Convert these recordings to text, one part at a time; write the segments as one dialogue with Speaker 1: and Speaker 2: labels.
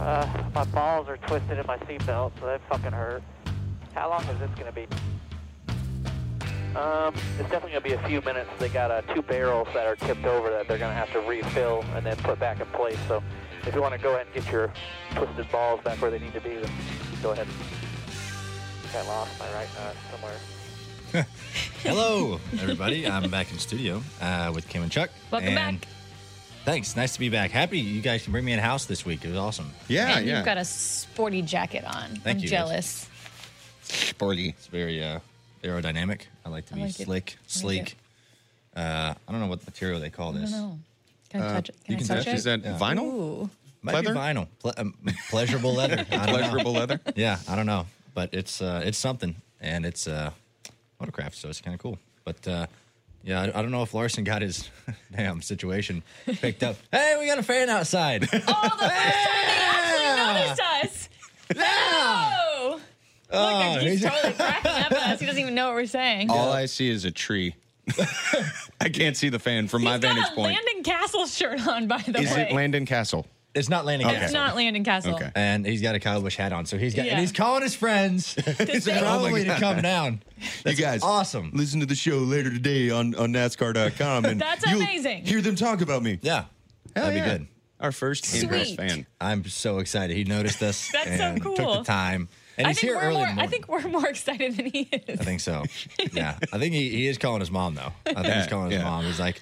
Speaker 1: Uh, my balls are twisted in my seatbelt, so that fucking hurt. How long is this gonna be? Um, it's definitely gonna be a few minutes. They got uh, two barrels that are tipped over that they're gonna have to refill and then put back in place. So if you want to go ahead and get your twisted balls back where they need to be, then go ahead. I lost my right nut somewhere.
Speaker 2: Hello, everybody. I'm back in studio uh, with Kim and Chuck.
Speaker 3: Welcome
Speaker 2: And
Speaker 3: back.
Speaker 2: Thanks. Nice to be back. Happy you guys can bring me in house this week. It was awesome.
Speaker 4: Yeah,
Speaker 3: and
Speaker 4: yeah.
Speaker 3: you've got a sporty jacket on. I'm
Speaker 2: Thank you.
Speaker 3: jealous.
Speaker 4: sporty.
Speaker 2: It's very uh, aerodynamic. I like to be
Speaker 3: like it.
Speaker 2: slick,
Speaker 3: I like
Speaker 2: sleek. uh, I don't know what material they call this.
Speaker 3: I don't know. Can
Speaker 4: Uh,
Speaker 3: I Uh, touch it? Can
Speaker 2: you
Speaker 3: I
Speaker 2: can
Speaker 3: touch,
Speaker 2: touch it.
Speaker 3: it?
Speaker 4: Is that vinyl?
Speaker 3: Ooh.
Speaker 2: Might
Speaker 4: Pleather?
Speaker 2: be vinyl, Ple- um, pleasurable leather. I don't know.
Speaker 4: Pleasurable leather?
Speaker 2: Yeah, I don't know, but it's uh, it's something, and it's uh, autographed, so it's kind of cool. But uh, yeah, I, I don't know if Larson got his damn situation picked up. hey, we got a fan outside.
Speaker 3: Oh, the first time they actually noticed us. Oh. Look, he's totally cracking up at us. He doesn't even know what we're saying.
Speaker 4: All I see is a tree. I can't see the fan from my
Speaker 3: He's got
Speaker 4: vantage
Speaker 3: a
Speaker 4: point.
Speaker 3: Landon Castle shirt on, by the
Speaker 4: Is
Speaker 3: way.
Speaker 4: it Landon Castle?
Speaker 2: it's not landing.
Speaker 3: It's
Speaker 2: Castle.
Speaker 3: not Landon Castle.
Speaker 4: Okay.
Speaker 2: And he's got a Kyle Bush hat on, so he's got
Speaker 3: Yeah. Oh
Speaker 2: and he's calling his friends
Speaker 3: This is-
Speaker 2: probably to
Speaker 4: God.
Speaker 2: come down. That's
Speaker 4: you guys,
Speaker 2: awesome.
Speaker 4: Listen to the show later today on, on NASCAR.com, and
Speaker 3: That's
Speaker 4: you'll
Speaker 3: amazing.
Speaker 4: Hear them talk about me.
Speaker 2: Yeah, that'd be good.
Speaker 4: Our first in-house
Speaker 3: Sweet.
Speaker 4: fan.
Speaker 2: I'm so excited. He noticed us.
Speaker 3: That's so
Speaker 2: and Took the
Speaker 3: cool.
Speaker 2: time, and
Speaker 3: I
Speaker 2: he's
Speaker 3: think
Speaker 2: here
Speaker 3: we're
Speaker 2: early. in
Speaker 3: more.
Speaker 2: the
Speaker 3: I
Speaker 2: morning.
Speaker 3: think we're more excited than he is.
Speaker 2: I think so. Yeah. I think he, he is calling his mom, though. I think he's
Speaker 4: Yeah,
Speaker 2: calling his
Speaker 4: yeah.
Speaker 2: mom. He's like,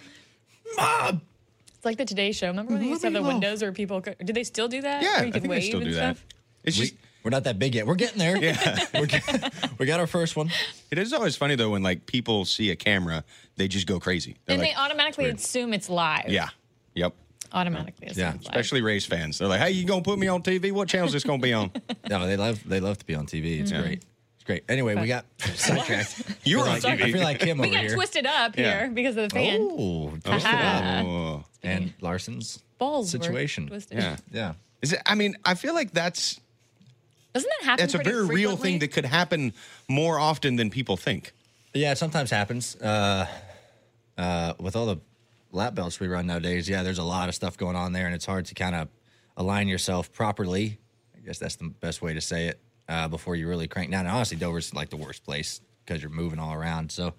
Speaker 3: It's like the Today Show. Remember when they used to have the windows where people could? Did they still do that?
Speaker 4: Yeah,
Speaker 3: where
Speaker 4: I
Speaker 3: you could
Speaker 4: think
Speaker 3: wave
Speaker 4: they still
Speaker 3: and
Speaker 4: do that.
Speaker 3: stuff.
Speaker 4: It's
Speaker 2: we,
Speaker 4: just
Speaker 2: we're not that big yet. We're getting there. Yeah. We're get- we got our first one.
Speaker 4: it is always funny though when like people see a camera, they just go crazy. They're
Speaker 3: And
Speaker 4: like,
Speaker 3: they automatically assume it's live.
Speaker 4: yeah, yep.
Speaker 3: automatically.
Speaker 2: Yeah,
Speaker 3: assume it's live.
Speaker 4: Especially Rays fans, they're like, "Hey, you gonna put me on TV? What channel is this gonna be on?"
Speaker 2: No, they love they love to be on TV. It's great. It's great. Anyway, we got sidetracked.
Speaker 4: You're on
Speaker 2: like,
Speaker 4: TV.
Speaker 2: I feel like Kim
Speaker 3: we
Speaker 2: over
Speaker 3: got
Speaker 2: here.
Speaker 3: twisted up
Speaker 4: Yeah.
Speaker 3: here because of the fan.
Speaker 2: Oh, twisted up.
Speaker 4: Oh.
Speaker 2: And Larson's
Speaker 3: Balls were
Speaker 2: situation.
Speaker 3: twisted.
Speaker 4: Yeah.
Speaker 2: Yeah.
Speaker 4: Is it, I mean, I feel like that's
Speaker 3: Doesn't that happen?
Speaker 4: that's a
Speaker 3: pretty
Speaker 4: very real
Speaker 3: frequently?
Speaker 4: thing that could happen more often than people think.
Speaker 2: Yeah, it sometimes happens. Uh, uh, with all the lap belts we run nowadays, yeah, there's a lot of stuff going on there, and it's hard to kind of align yourself properly. I guess that's the best way to say it uh, before you really crank down. And honestly, Dover's like the worst place because you're moving all around. So,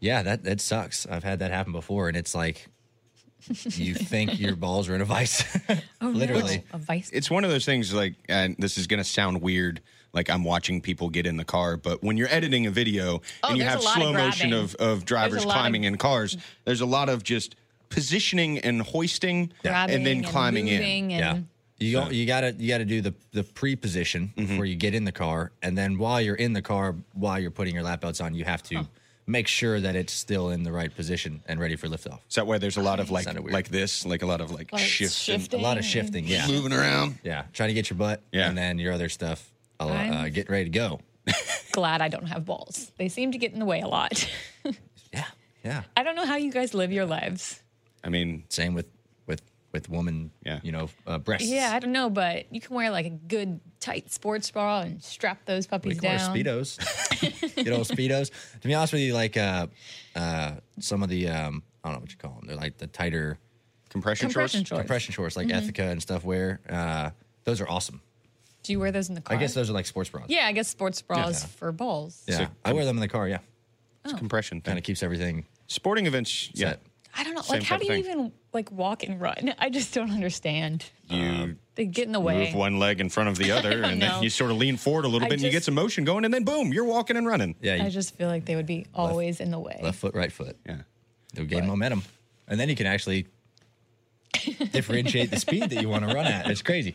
Speaker 2: yeah, that that sucks. I've had that happen before, and it's like you think your balls are in a vice, literally.
Speaker 3: Oh, a vice.
Speaker 4: It's one of those things like, and this is going to sound weird, like I'm watching people get in the car, but when you're editing a video
Speaker 3: Oh,
Speaker 4: and you
Speaker 3: there's
Speaker 4: have
Speaker 3: a lot of
Speaker 4: slow motion
Speaker 3: grabbing.
Speaker 4: of, of drivers
Speaker 3: There's a lot of-
Speaker 4: climbing in cars, there's a lot of just positioning and hoisting and then climbing in.
Speaker 3: moving
Speaker 2: Yeah.
Speaker 3: and-
Speaker 2: You don't, you gotta you gotta do the the pre position
Speaker 4: Mm-hmm.
Speaker 2: before you get in the car, and then while you're in the car, while you're putting your lap belts on, you have to make sure that it's still in the right position and ready for liftoff.
Speaker 4: So that way there's a lot of like
Speaker 2: Sounded weird.
Speaker 4: like this, like a lot of like,
Speaker 3: Like
Speaker 4: shifts and
Speaker 2: A lot of
Speaker 3: and-
Speaker 2: shifting, yeah,
Speaker 4: moving around.
Speaker 2: yeah. Trying to get your butt,
Speaker 4: Yeah.
Speaker 2: and then your other stuff, uh, uh,
Speaker 3: I'm-
Speaker 2: get ready to go.
Speaker 3: Glad I don't have balls. They seem to get in the way a lot.
Speaker 2: Yeah, yeah.
Speaker 3: I don't know how you guys live your lives.
Speaker 4: I mean,
Speaker 2: Same with with with woman,
Speaker 4: Yeah.
Speaker 2: you know, uh, breasts.
Speaker 3: Yeah, I don't know, but you can wear like a good tight sports bra and strap those
Speaker 2: We
Speaker 3: puppies
Speaker 2: can wear
Speaker 3: down.
Speaker 2: speedos. Good old speedos. To be honest with you, like uh, uh, some of the um, I don't know what you call them. They're like the tighter.
Speaker 4: compression,
Speaker 3: Compression
Speaker 4: shorts.
Speaker 3: shorts.
Speaker 2: compression shorts like
Speaker 3: Mm-hmm.
Speaker 2: Ethica and stuff wear. Uh, those are awesome.
Speaker 3: Do you wear those in the car?
Speaker 2: I guess those are like sports bras.
Speaker 3: Yeah, I guess sports bras for balls.
Speaker 2: Yeah.
Speaker 4: So-
Speaker 2: I wear them in the car. Yeah,
Speaker 4: It's a compression
Speaker 2: kind
Speaker 4: thing.
Speaker 2: of keeps everything
Speaker 4: Sporting events, yeah.
Speaker 2: set.
Speaker 3: I don't know.
Speaker 4: Same
Speaker 3: like, how
Speaker 4: type
Speaker 3: do
Speaker 4: of
Speaker 3: you
Speaker 4: thing.
Speaker 3: even like walk and run? I just don't understand.
Speaker 4: You
Speaker 3: They get in the way.
Speaker 4: move one leg in front of the other, and then
Speaker 3: know.
Speaker 4: you sort of lean forward a little
Speaker 3: I
Speaker 4: bit, and you get
Speaker 3: just-
Speaker 4: some motion going, and then boom, you're walking and running.
Speaker 2: Yeah, you,
Speaker 3: I just feel like they would be always in the way.
Speaker 2: left foot, right foot.
Speaker 4: Yeah.
Speaker 2: They'll gain momentum, and then you can actually differentiate the speed that you want to run at. It's crazy.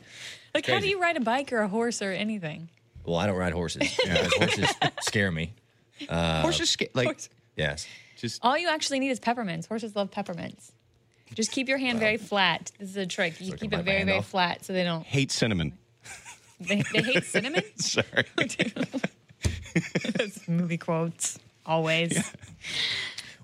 Speaker 3: Like, how do
Speaker 2: Crazy.
Speaker 3: you ride a bike or a horse or anything?
Speaker 2: Well, I don't ride horses because horses scare me.
Speaker 4: horses sca- like
Speaker 3: Horse-
Speaker 2: Yes.
Speaker 4: just
Speaker 3: All you actually need is peppermints. Horses love peppermints. Just keep your hand very flat. This is a trick. You
Speaker 2: I can
Speaker 3: keep
Speaker 2: bite my
Speaker 3: it very,
Speaker 2: hand
Speaker 3: very
Speaker 2: off.
Speaker 3: flat so they don't.
Speaker 4: hate cinnamon.
Speaker 3: They, they hate cinnamon.
Speaker 4: Sorry.
Speaker 3: Those movie quotes always.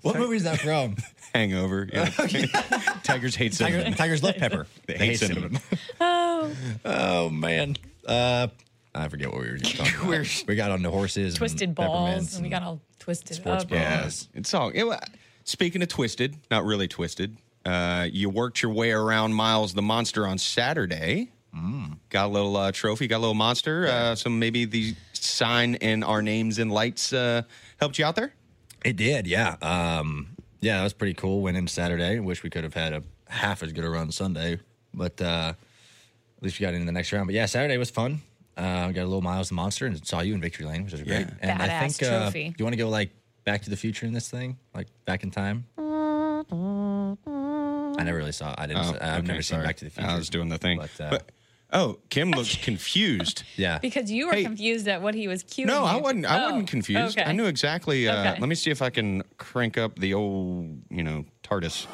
Speaker 2: What movie is that from?
Speaker 4: Hangover. Yeah. Tigers hate
Speaker 2: Tiger,
Speaker 4: cinnamon.
Speaker 2: Tigers love pepper. They
Speaker 4: hate cinnamon.
Speaker 2: Oh. oh man. Uh, I forget what we were just talking about. we got on the horses, and
Speaker 3: Twisted balls,
Speaker 2: peppermints
Speaker 3: and we got all twisted
Speaker 2: sports
Speaker 3: up.
Speaker 2: bras.
Speaker 4: Yeah. It's all. it wa- speaking of twisted, not really twisted. Uh, you worked your way around Miles the Monster on Saturday.
Speaker 5: Mm.
Speaker 6: Got a little uh, trophy, got a little monster. Uh, so maybe the sign and our names and lights uh, helped you out there.
Speaker 5: It did, yeah. Um, yeah, that was pretty cool. Went in Saturday. Wish we could have had a half as good a run Sunday, but uh, at least we got into the next round. But yeah, Saturday was fun. Uh, we got a little Miles the Monster and saw you in Victory Lane, which was great. And
Speaker 3: Badass
Speaker 5: I think uh,
Speaker 3: trophy.
Speaker 5: you want to go like back to the future in this thing, like back in time. I never really saw. I didn't.
Speaker 6: Oh,
Speaker 5: I've
Speaker 6: okay,
Speaker 5: never seen
Speaker 6: sorry.
Speaker 5: Back to the Future.
Speaker 6: I was doing the thing.
Speaker 5: But, uh,
Speaker 6: But- oh, Kim looks confused.
Speaker 5: yeah,
Speaker 3: Because you were
Speaker 6: Hey.
Speaker 3: confused at what he was cueing.
Speaker 6: No, I
Speaker 3: you.
Speaker 6: wasn't. I
Speaker 3: Oh,
Speaker 6: wasn't confused.
Speaker 3: okay.
Speaker 6: I knew exactly. Uh,
Speaker 3: Okay.
Speaker 6: Let me see if I can crank up the old, you know, TARDIS.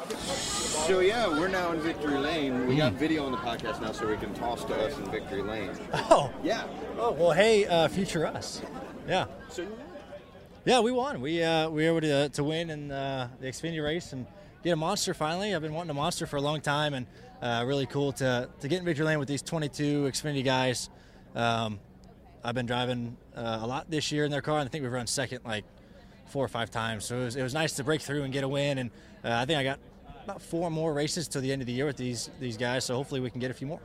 Speaker 4: So yeah, we're now in Victory Lane. We
Speaker 6: Hmm.
Speaker 4: got video on the podcast now, so we can toss to us in Victory Lane.
Speaker 2: Oh,
Speaker 4: Yeah.
Speaker 2: oh well, hey, uh, future us. Yeah.
Speaker 4: So you
Speaker 2: Yeah, we won. We uh, we were able to, to win in uh, the Xfinity race and get a monster finally. I've been wanting a monster for a long time, and uh, really cool to, to get in victory lane with these 22 Xfinity guys. Um, I've been driving uh, a lot this year in their car, and I think we've run second like four or five times. So it was, it was nice to break through and get a win. And uh, I think I got about four more races till the end of the year with these these guys. So hopefully we can get a few more.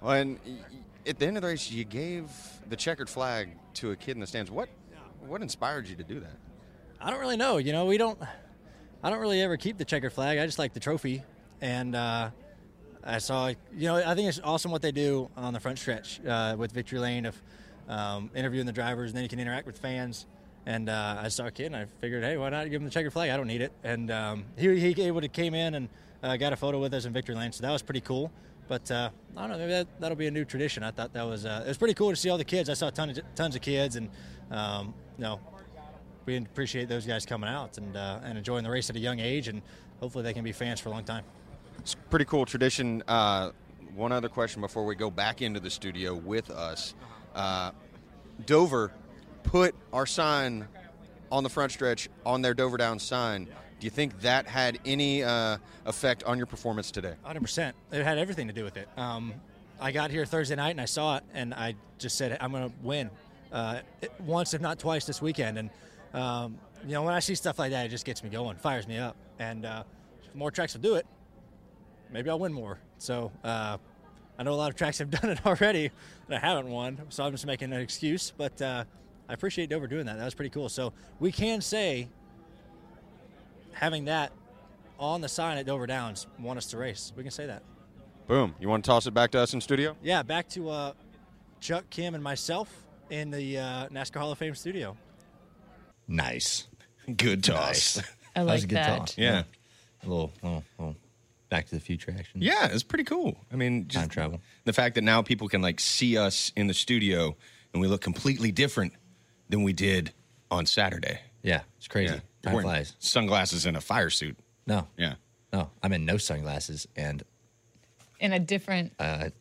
Speaker 4: Well, and y- y- at the end of the race, you gave the checkered flag to a kid in the stands. What? What inspired you to do that?
Speaker 2: I don't really know. You know, we don't. I don't really ever keep the checkered flag. I just like the trophy, and uh, I saw. You know, I think it's awesome what they do on the front stretch uh, with Victory Lane of um, interviewing the drivers, and then you can interact with fans. And uh, I saw a kid, and I figured, hey, why not give him the checkered flag? I don't need it. And um, he he able to came in and uh, got a photo with us in Victory Lane, so that was pretty cool. But uh, I don't know, maybe that, that'll be a new tradition. I thought that was uh, it was pretty cool to see all the kids. I saw tons of, tons of kids, and um, you know, we appreciate those guys coming out and uh, and enjoying the race at a young age, and hopefully they can be fans for a long time.
Speaker 4: It's a pretty cool tradition. Uh, one other question before we go back into the studio with us. Uh, Dover put our sign on the front stretch on their Dover Down sign. Do you think that had any uh, effect on your performance today?
Speaker 2: 100%. It had everything to do with it. Um, I got here Thursday night and I saw it, and I just said, I'm going to win uh, it- once, if not twice, this weekend. And, um, you know, when I see stuff like that, it just gets me going, fires me up. And uh, if more tracks will do it, maybe I'll win more. So uh, I know a lot of tracks have done it already, and I haven't won, so I'm just making an excuse. But uh, I appreciate Dover doing that. That was pretty cool. So we can say having that on the sign at Dover Downs want us to race. We can say that.
Speaker 4: Boom. You want to toss it back to us in studio?
Speaker 2: Yeah, back to uh, Chuck, Kim, and myself in the uh, NASCAR Hall of Fame studio.
Speaker 5: nice.
Speaker 6: Good toss.
Speaker 3: I
Speaker 5: that
Speaker 3: like
Speaker 5: was a good
Speaker 3: that.
Speaker 5: talk.
Speaker 6: Yeah.
Speaker 5: a little, little, little Back to the Future action.
Speaker 6: Yeah, it's pretty cool. I mean, just
Speaker 5: Time travel.
Speaker 6: The fact that now people can like see us in the studio and we look completely different than we did on Saturday.
Speaker 5: yeah, it's crazy.
Speaker 6: You're
Speaker 5: Time
Speaker 6: wearing
Speaker 5: flies.
Speaker 6: Sunglasses and a fire suit.
Speaker 5: No,
Speaker 6: Yeah.
Speaker 5: no, I'm in no sunglasses and
Speaker 3: In a different.
Speaker 6: That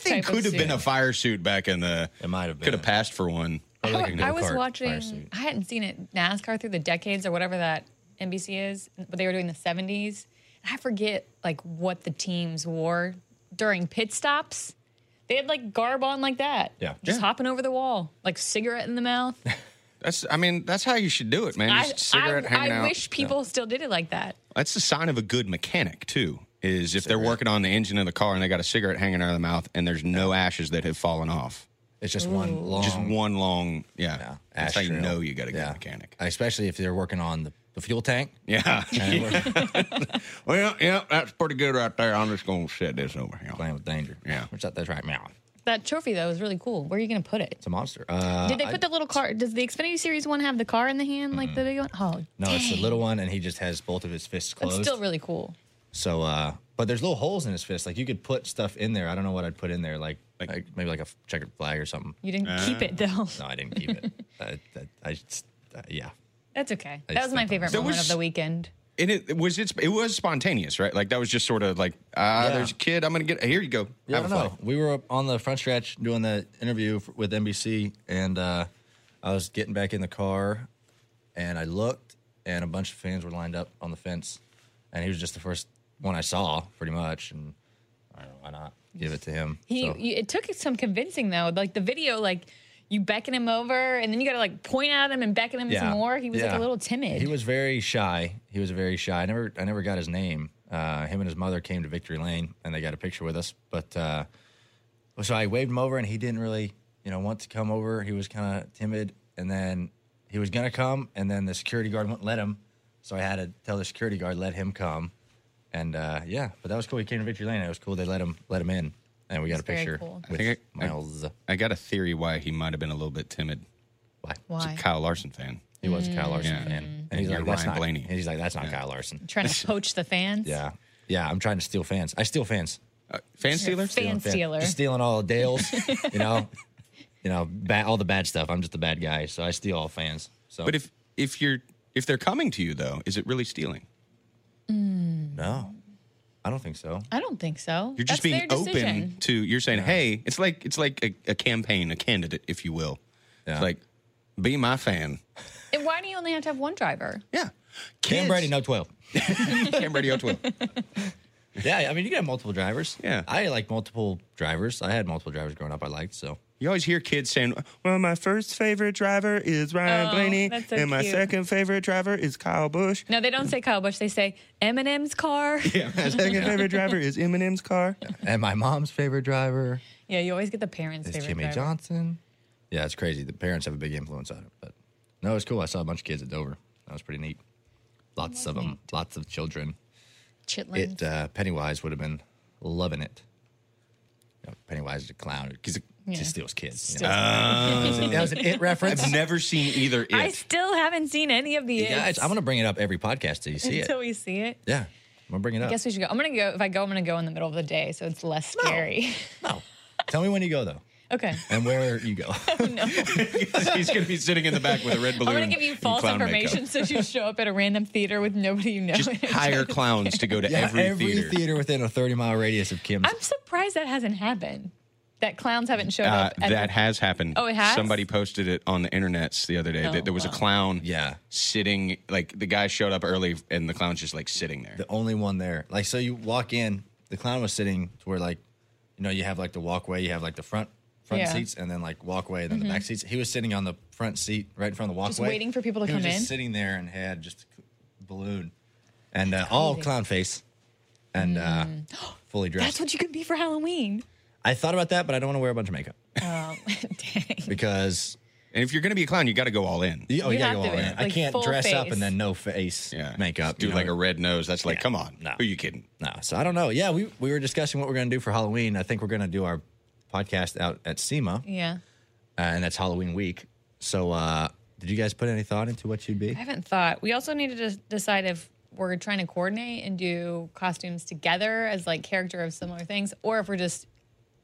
Speaker 6: thing
Speaker 3: Type of
Speaker 6: could have been
Speaker 3: suit.
Speaker 6: a fire suit back in the.
Speaker 5: It might have been.
Speaker 6: Could have passed for one.
Speaker 5: Or like a
Speaker 3: I was
Speaker 5: go-kart fire
Speaker 3: watching.
Speaker 5: suit.
Speaker 3: I hadn't seen it NASCAR through the decades or whatever that NBC is, but they were doing the '70s. I forget like what the teams wore during pit stops. They had like garb on like that.
Speaker 5: Yeah.
Speaker 3: just
Speaker 6: Yeah.
Speaker 3: hopping over the wall, like cigarette in the mouth.
Speaker 6: That's. I mean, that's how you should do it, man.
Speaker 3: I,
Speaker 6: Just cigarette
Speaker 3: I,
Speaker 6: hanging
Speaker 3: I
Speaker 6: out.
Speaker 3: wish people still did it like that.
Speaker 6: That's the sign of a good mechanic too. Is if they're working on the engine of the car and they got a cigarette hanging out of the mouth and there's no ashes that have fallen off.
Speaker 5: It's just one long.
Speaker 6: Just one long, yeah.
Speaker 5: Yeah,
Speaker 6: That's how you
Speaker 5: ashtray.
Speaker 6: know you got a good
Speaker 5: Yeah.
Speaker 6: mechanic.
Speaker 5: Especially if they're working on the, the fuel tank.
Speaker 6: Yeah.
Speaker 5: And we're
Speaker 6: well, yeah, that's pretty good right there. I'm just gonna set this over here.
Speaker 5: playing with danger.
Speaker 6: Yeah.
Speaker 5: Which that, that's right now.
Speaker 3: That trophy though was really cool. Where are you going to put it?
Speaker 5: It's a monster. Uh,
Speaker 3: Did they put the little car? Does the Xfinity Series one have the car in the hand like the big one? Oh,
Speaker 5: Mm-hmm. no, it's the
Speaker 3: dang.
Speaker 5: little one, and he just has both of his fists
Speaker 3: It's
Speaker 5: closed.
Speaker 3: still really cool.
Speaker 5: so, uh, but there's little holes in his fist. Like you could put stuff in there. I don't know what I'd put in there. Like, like, maybe like a f- checkered flag or something.
Speaker 3: You didn't keep it though.
Speaker 5: Eh. No, I didn't keep it. I, that, I, just- uh, yeah.
Speaker 3: That's okay.
Speaker 5: I
Speaker 3: That
Speaker 5: just
Speaker 3: was my
Speaker 5: thought that
Speaker 3: favorite
Speaker 5: was-
Speaker 6: There
Speaker 3: moment
Speaker 6: was-
Speaker 3: of the weekend.
Speaker 6: And it, it was it's it was spontaneous, right? Like that was just sort of like, ah, there's a kid. I'm gonna get here. You go.
Speaker 5: I
Speaker 6: Have
Speaker 5: don't
Speaker 6: a flag.
Speaker 5: know. We were up on the front stretch doing the interview f with NBC, and uh, I was getting back in the car, and I looked, and a bunch of fans were lined up on the fence, and he was just the first one I saw, pretty much, and I don't know why not give it to him.
Speaker 3: He,
Speaker 5: So-
Speaker 3: you, it took some convincing though. Like the video, like you beckon him over, and then you got to like point at him and beckon him some more. He was like a
Speaker 5: yeah.
Speaker 3: little timid.
Speaker 5: He was very shy. He was very shy. I never, I never got his name. Uh, him and his mother came to Victory Lane, and they got a picture with us. But uh, Well, so I waved him over, and he didn't really, you know, want to come over. He was kind of timid, and then he was gonna come, and then the security guard wouldn't let him. So I had to tell the security guard let him come, and uh, yeah, but that was cool. He came to Victory Lane. It was cool. They let him let him in, and we got
Speaker 3: That's
Speaker 5: a
Speaker 3: very
Speaker 5: picture
Speaker 3: cool.
Speaker 5: with
Speaker 6: think I- I-
Speaker 5: Miles.
Speaker 6: I got a theory why he might have been a little bit timid.
Speaker 5: Why?
Speaker 6: He's
Speaker 3: Why?
Speaker 6: a Kyle Larson fan.
Speaker 5: He was a Kyle Larson
Speaker 6: Yeah.
Speaker 5: fan, and he's
Speaker 6: You're
Speaker 5: like, "That's
Speaker 6: Ryan
Speaker 5: not."
Speaker 6: Blaney.
Speaker 5: He's like, "That's not Kyle Larson."
Speaker 3: Trying to poach the fans.
Speaker 5: Yeah, yeah. I'm trying to steal fans. I steal fans.
Speaker 6: Uh, fan
Speaker 3: You're a
Speaker 6: stealer?
Speaker 3: Fan
Speaker 5: fan-
Speaker 3: stealer.
Speaker 5: Just stealing all of Dale's, you know, you know, ba- all the bad stuff. I'm just a bad guy, so I steal all fans. So,
Speaker 6: But if if you're if they're coming to you though, is it really stealing?
Speaker 5: no, I don't think so.
Speaker 3: I don't think so.
Speaker 6: You're
Speaker 3: That's
Speaker 6: just being
Speaker 3: their decision.
Speaker 6: open to you're saying, hey, it's like it's like a, a campaign, a candidate, if you will.
Speaker 5: Yeah.
Speaker 6: It's like be my fan.
Speaker 3: And why do you only have to have one driver?
Speaker 6: Yeah.
Speaker 5: Cam
Speaker 6: Kids-
Speaker 5: Brady, no twelve.
Speaker 6: Cam Brady 012.
Speaker 5: Yeah, I mean, you can have multiple drivers.
Speaker 6: Yeah.
Speaker 5: I like multiple drivers. I had multiple drivers growing up. I liked so.
Speaker 6: You always hear kids saying, Well, my first favorite driver is Ryan
Speaker 3: Oh,
Speaker 6: Blaney,
Speaker 3: that's so
Speaker 6: and my
Speaker 3: cute.
Speaker 6: second favorite driver is Kyle Bush.
Speaker 3: No, they don't say Kyle Bush. They say Eminem's car. Yeah.
Speaker 6: Yeah, my second favorite driver is Eminem's car.
Speaker 5: And my mom's favorite driver
Speaker 3: you always get the parents'
Speaker 5: is
Speaker 3: favorite
Speaker 5: Jimmy
Speaker 3: driver.
Speaker 5: Johnson. Yeah, it's crazy. The parents have a big influence on it. But no, it's cool. I saw a bunch of kids at Dover. That was pretty neat. Lots of them. Lots of children.
Speaker 3: Chitlins.
Speaker 5: It uh, Pennywise would have been loving it. You know, Pennywise is a clown. He's a,
Speaker 3: Yeah.
Speaker 5: He steals kids. you know.
Speaker 3: Still-
Speaker 5: that was an it reference.
Speaker 6: I've never seen either it.
Speaker 3: I still haven't seen any of the
Speaker 5: Yeah, it's-
Speaker 3: It's-
Speaker 5: I'm gonna bring it up every podcast till you see it.
Speaker 3: until we see it.
Speaker 5: Yeah, I'm gonna bring it up.
Speaker 3: I guess we should go. I'm gonna go. If I go, I'm gonna go in the middle of the day, so it's less scary.
Speaker 5: no, tell me when you go though,
Speaker 3: okay.
Speaker 5: and where you go.
Speaker 6: He's going to be sitting in the back with a red balloon.
Speaker 3: I'm gonna give you
Speaker 6: and
Speaker 3: false
Speaker 6: clown makeup.
Speaker 3: information so you show up at a random theater with nobody you know.
Speaker 6: Just hire clowns to go to every, theater.
Speaker 5: within a 30 mile radius of Kim's.
Speaker 3: I'm surprised that hasn't happened. That clowns haven't showed
Speaker 6: Uh,
Speaker 3: up. at
Speaker 6: that
Speaker 3: the-
Speaker 6: has happened.
Speaker 3: Oh, it has?
Speaker 6: Somebody posted it on the internets the other day
Speaker 3: Oh,
Speaker 6: that there was
Speaker 3: wow.
Speaker 6: a clown
Speaker 5: yeah,
Speaker 6: sitting, like the guy showed up early and the clown's just like sitting there.
Speaker 5: the only one there. Like, so you walk in, the clown was sitting to where like, you know, you have like the walkway, you have like the front front
Speaker 3: Yeah. Mm-hmm.
Speaker 5: seats, and then like walkway, and then the back seats. He was sitting on the front seat right in front of the walkway,
Speaker 3: Just waiting for people to
Speaker 5: he
Speaker 3: come
Speaker 5: was just
Speaker 3: in?
Speaker 5: Sitting there and had just a c- balloon, and uh, all clown face, and uh, fully dressed.
Speaker 3: Mm. That's what you can be for Halloween.
Speaker 5: I thought about that, but I don't want to wear a bunch of makeup
Speaker 3: Um, dang.
Speaker 5: because
Speaker 6: And if you're going to be a clown, you got to go all in.
Speaker 5: you, oh,
Speaker 3: You
Speaker 5: you gotta
Speaker 3: have
Speaker 5: go
Speaker 3: to
Speaker 5: all in.
Speaker 3: wear,
Speaker 5: I
Speaker 3: like,
Speaker 5: can't
Speaker 3: full
Speaker 5: dress up
Speaker 3: face.
Speaker 5: and then no face
Speaker 6: Yeah.
Speaker 5: makeup.
Speaker 6: Just Do
Speaker 5: you know?
Speaker 6: like a red nose. That's like, come on.
Speaker 5: No.
Speaker 6: Who you kidding?
Speaker 5: No, so I don't know. Yeah, we, we were discussing what we're going to do for Halloween. I think we're going to do our podcast out at SEMA, uh,
Speaker 3: Yeah.
Speaker 5: and that's Halloween week. So, uh, did you guys put any thought into what you'd be?
Speaker 3: I haven't thought. We also need to des- decide if we're trying to coordinate and do costumes together as like character of similar things, or if we're just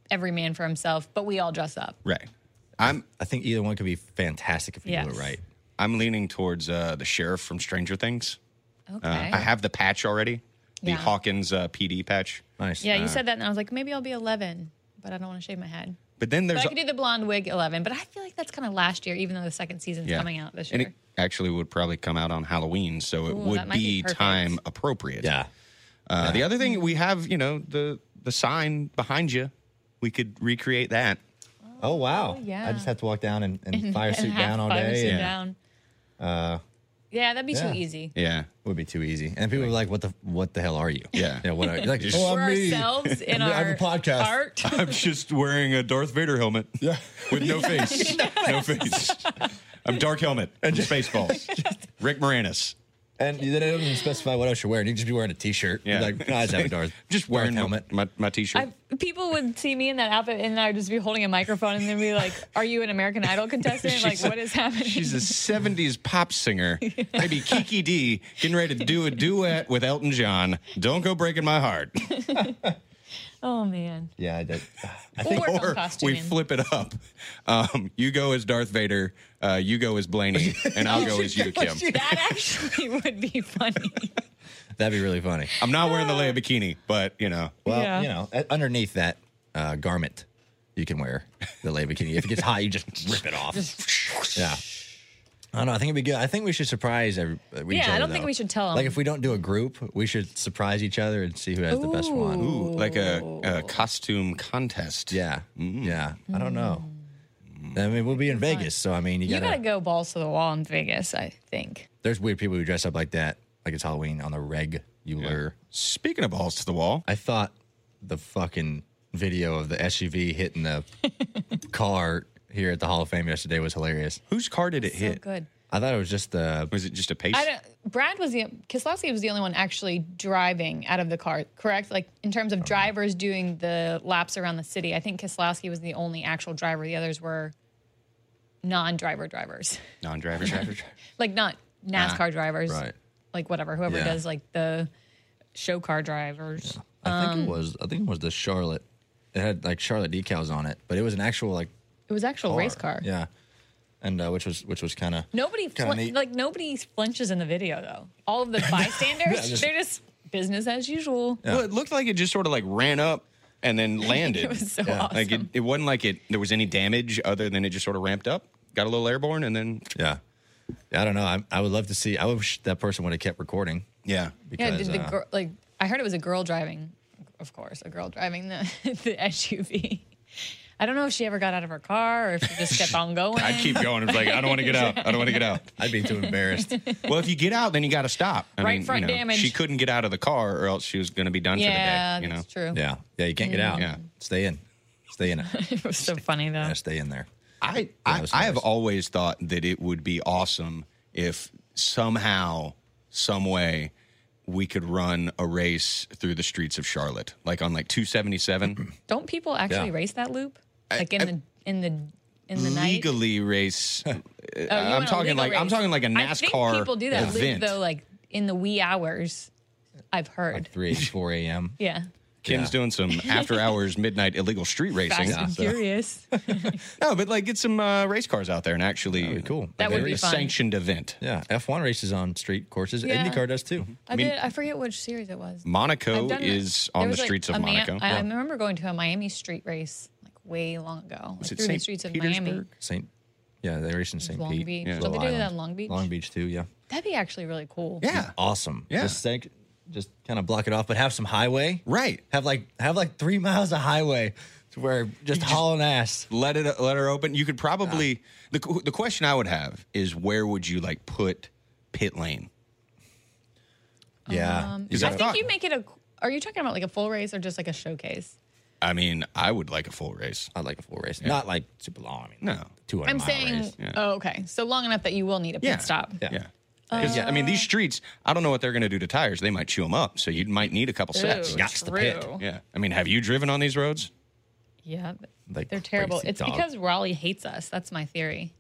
Speaker 3: every man for himself, but we all dress up.
Speaker 6: Right. I'm
Speaker 5: I think either one could be fantastic if you do
Speaker 3: Yes.
Speaker 5: it right.
Speaker 6: I'm leaning towards uh, the sheriff from Stranger Things.
Speaker 3: Okay.
Speaker 6: Uh, I have the patch already, the
Speaker 3: Yeah.
Speaker 6: Hawkins uh, PD patch.
Speaker 5: Nice.
Speaker 3: yeah,
Speaker 6: uh,
Speaker 3: you said that, and I was like, maybe I'll be 11, but I don't want to shave my head.
Speaker 6: But then
Speaker 3: But
Speaker 6: there's
Speaker 3: I could do the blonde wig 11, but I feel like that's kind of last year, even though the second season's
Speaker 6: yeah.
Speaker 3: coming out this year.
Speaker 6: and it actually would probably come out on Halloween, so it
Speaker 3: Ooh, that
Speaker 6: would
Speaker 3: might be
Speaker 6: be,
Speaker 3: perfect.
Speaker 6: time appropriate.
Speaker 5: Yeah.
Speaker 6: Uh, The other thing we have, you know, the the sign behind you, we could recreate that.
Speaker 5: Oh wow.
Speaker 3: yeah.
Speaker 5: I just have to walk down and, and fire
Speaker 3: And
Speaker 5: suit
Speaker 3: have
Speaker 5: down all
Speaker 3: fire
Speaker 5: day.
Speaker 3: suit
Speaker 5: and- uh,
Speaker 3: down. yeah, that'd be
Speaker 5: yeah.
Speaker 3: too easy.
Speaker 6: Yeah.
Speaker 5: It would be too easy, and people would be like, "What the what the hell are you?"
Speaker 6: Yeah.
Speaker 5: Yeah. What are you? Like,
Speaker 6: Just-
Speaker 5: oh,
Speaker 3: For
Speaker 5: I'm me.
Speaker 3: ourselves in
Speaker 5: I have
Speaker 3: our
Speaker 5: a podcast.
Speaker 3: art.
Speaker 6: I'm just wearing a Darth Vader helmet. Yeah. With no face. no face. I'm dark helmet and just face balls. Rick Moranis.
Speaker 5: And then I don't even specify what else you're wearing. You could just be wearing a t-shirt.
Speaker 6: Yeah.
Speaker 5: Like, no, I just have a Darth.
Speaker 6: Just
Speaker 5: Darth
Speaker 6: wearing my-
Speaker 5: helmet.
Speaker 6: My, my t-shirt.
Speaker 3: I, people would see me in that outfit, and I would just be holding a microphone, and they'd be like, "Are you an American Idol contestant? like,
Speaker 6: She's a-
Speaker 3: what is happening?"
Speaker 6: She's a 70s pop singer, maybe Kiki D, getting ready to do a duet with Elton John. Don't go breaking my heart.
Speaker 3: oh man,
Speaker 5: Yeah, I did. I
Speaker 3: We'll
Speaker 5: think
Speaker 3: work on
Speaker 6: Or we
Speaker 3: costuming.
Speaker 6: flip it up. Um, you go as Darth Vader, uh, you go as Blaney, and I'll go as you, Kim.
Speaker 3: that actually would be funny.
Speaker 5: that'd be really funny.
Speaker 6: I'm not wearing the Leia bikini, but you know.
Speaker 5: Well,
Speaker 3: Yeah.
Speaker 5: you know, uh, underneath that uh, garment, you can wear the lay bikini. If it gets hot, you just rip it off. yeah. I don't know. I think it'd be good. I think we should surprise every. uh, each
Speaker 3: Yeah, I
Speaker 5: other,
Speaker 3: don't think
Speaker 5: though.
Speaker 3: we should um, tell 'em.
Speaker 5: Like, if we don't do a group, we should surprise each other and see who has the best one.
Speaker 6: Ooh, like a, a costume contest.
Speaker 5: Yeah,
Speaker 3: Mm.
Speaker 5: yeah. I don't know. I mean, we'll be in Vegas, so I mean, you
Speaker 3: You
Speaker 5: gotta,
Speaker 3: gotta go balls to the wall in Vegas, I think.
Speaker 5: There's weird people who dress up like that, like it's Halloween on the regular.
Speaker 6: Speaking of balls to the wall,
Speaker 5: I thought the fucking video of the SUV hitting the car here at the Hall of Fame yesterday was hilarious.
Speaker 6: Whose car did it
Speaker 3: So
Speaker 6: hit?
Speaker 3: Oh, good.
Speaker 5: I thought it was just uh, the
Speaker 6: Was it just a pace?
Speaker 3: I don't, Brad was the Kislowski was the only one actually driving out of the car, correct? Like in terms of drivers doing the laps around the city, I think Kislowski was the only actual driver. The others were non-driver drivers,
Speaker 6: Non-driver driver.
Speaker 3: like not NASCAR drivers,
Speaker 5: Ah, right.
Speaker 3: Like whatever, whoever
Speaker 5: Yeah.
Speaker 3: does like the show car drivers.
Speaker 5: I think
Speaker 3: Um,
Speaker 5: it was I think it was the Charlotte. It had like Charlotte decals on it, but it was an actual like
Speaker 3: It was actual race car.
Speaker 5: Yeah, and uh, which was which was kind of
Speaker 3: Nobody
Speaker 5: Kinda
Speaker 3: flin-
Speaker 5: neat.
Speaker 3: like nobody flinches in the video though. All of the bystanders,
Speaker 5: just-
Speaker 3: they're just business as usual.
Speaker 6: Well, it looked like it just sort of like ran up and then landed.
Speaker 3: It was so
Speaker 5: Yeah.
Speaker 3: awesome.
Speaker 6: Like it, it wasn't like it there was any damage other than it just sort of ramped up, got a little airborne, and then
Speaker 5: yeah. I don't know. I, I would love to see. I wish that person would have kept recording.
Speaker 6: yeah,
Speaker 3: Yeah, did
Speaker 5: because,
Speaker 3: the
Speaker 5: uh,
Speaker 3: girl like I heard it was a girl driving, of course, a girl driving the the SUV. I don't know if she ever got out of her car or if she just kept on going.
Speaker 6: I'd keep going. It's like I don't want to get out. I don't want to get out.
Speaker 5: I'd be too embarrassed.
Speaker 6: Well, if you get out, then you got to stop. I
Speaker 3: Right
Speaker 6: mean,
Speaker 3: front
Speaker 6: you know,
Speaker 3: damage.
Speaker 6: She couldn't get out of the car, or else she was going to be done
Speaker 3: yeah,
Speaker 6: for the day. You know,
Speaker 3: that's true.
Speaker 5: yeah, yeah. You can't get out.
Speaker 6: Yeah.
Speaker 5: stay in, stay in it.
Speaker 3: it was so funny though.
Speaker 5: Yeah, stay in there.
Speaker 6: I I,
Speaker 5: was
Speaker 6: I have
Speaker 5: nice.
Speaker 6: always thought that it would be awesome if somehow, some way, we could run a race through the streets of Charlotte, like on like 277.
Speaker 3: Don't people actually
Speaker 5: Yeah.
Speaker 3: race that loop? Like in
Speaker 6: I-
Speaker 3: the in the in the night.
Speaker 6: legally race. uh,
Speaker 3: Oh, you want
Speaker 6: I'm
Speaker 3: a
Speaker 6: talking
Speaker 3: legal
Speaker 6: like I'm
Speaker 3: race.
Speaker 6: talking like a NASCAR
Speaker 3: I think people do that
Speaker 6: event.
Speaker 3: loop though, like in the wee hours. I've heard.
Speaker 5: Three, four a.m.
Speaker 3: Yeah.
Speaker 6: Kim's
Speaker 5: Yeah.
Speaker 6: doing some after hours midnight illegal street racing.
Speaker 3: Fast
Speaker 6: uh,
Speaker 3: and
Speaker 6: So-
Speaker 3: Furious.
Speaker 6: No, but like get some uh, race cars out there and actually
Speaker 5: That'd be cool.
Speaker 3: That would be
Speaker 6: a
Speaker 3: fun.
Speaker 6: sanctioned event.
Speaker 5: Yeah, F1 races on street courses.
Speaker 3: Yeah. Mm-hmm.
Speaker 5: IndyCar does too.
Speaker 3: I,
Speaker 6: mean-
Speaker 3: did, I forget which series it was.
Speaker 6: Monaco
Speaker 3: I've done-
Speaker 6: is
Speaker 3: there
Speaker 6: on the
Speaker 3: was, like,
Speaker 6: streets
Speaker 3: a
Speaker 6: of
Speaker 3: Ma-
Speaker 6: Monaco.
Speaker 3: I, I remember going to a Miami street race like way long ago, like
Speaker 6: it
Speaker 3: through the
Speaker 6: Saint
Speaker 3: streets of Miami.
Speaker 6: Petersburg?
Speaker 5: St. Yeah, they race in St.
Speaker 3: Long
Speaker 5: Pete.
Speaker 3: Beach.
Speaker 6: Yeah.
Speaker 3: Don't they
Speaker 5: Little
Speaker 3: do that
Speaker 5: island.
Speaker 3: in Long Beach?
Speaker 5: Long Beach too. Yeah.
Speaker 3: That'd be actually really cool.
Speaker 6: Yeah.
Speaker 2: Uh,
Speaker 5: Awesome.
Speaker 6: Yeah.
Speaker 5: Just think, just kind of block it off, but have some highway.
Speaker 6: Right.
Speaker 5: Have like have like three miles of highway to where just hauling ass.
Speaker 6: Let it let her open. You could probably the qu- the question I would have is where would you like put pit lane?
Speaker 5: Yeah.
Speaker 3: Um,
Speaker 5: You
Speaker 3: I
Speaker 5: gotta-
Speaker 6: thought-
Speaker 3: think you make it a. Are you talking about like a full race or just like a showcase?
Speaker 6: I mean, I would like a full race.
Speaker 5: I'd like a full race, not like super long. I mean,
Speaker 6: No.
Speaker 5: two hundred.
Speaker 3: I'm saying,
Speaker 5: race.
Speaker 6: yeah.
Speaker 3: oh, okay. So long enough that you will need a pit
Speaker 6: Yeah.
Speaker 3: stop. Uh.
Speaker 5: Yeah.
Speaker 6: Yeah. 'Cause, I mean, these streets, I don't know what they're going to do to tires. They might chew them up. So you might need a couple
Speaker 3: Ooh,
Speaker 6: sets.
Speaker 5: Gots to pit.
Speaker 3: true.
Speaker 6: Yeah. I mean, have you driven on these roads?
Speaker 3: Yeah. but
Speaker 5: Like
Speaker 3: they're terrible.
Speaker 5: crazy
Speaker 3: It's
Speaker 5: dog.
Speaker 3: because Raleigh hates us. That's my theory.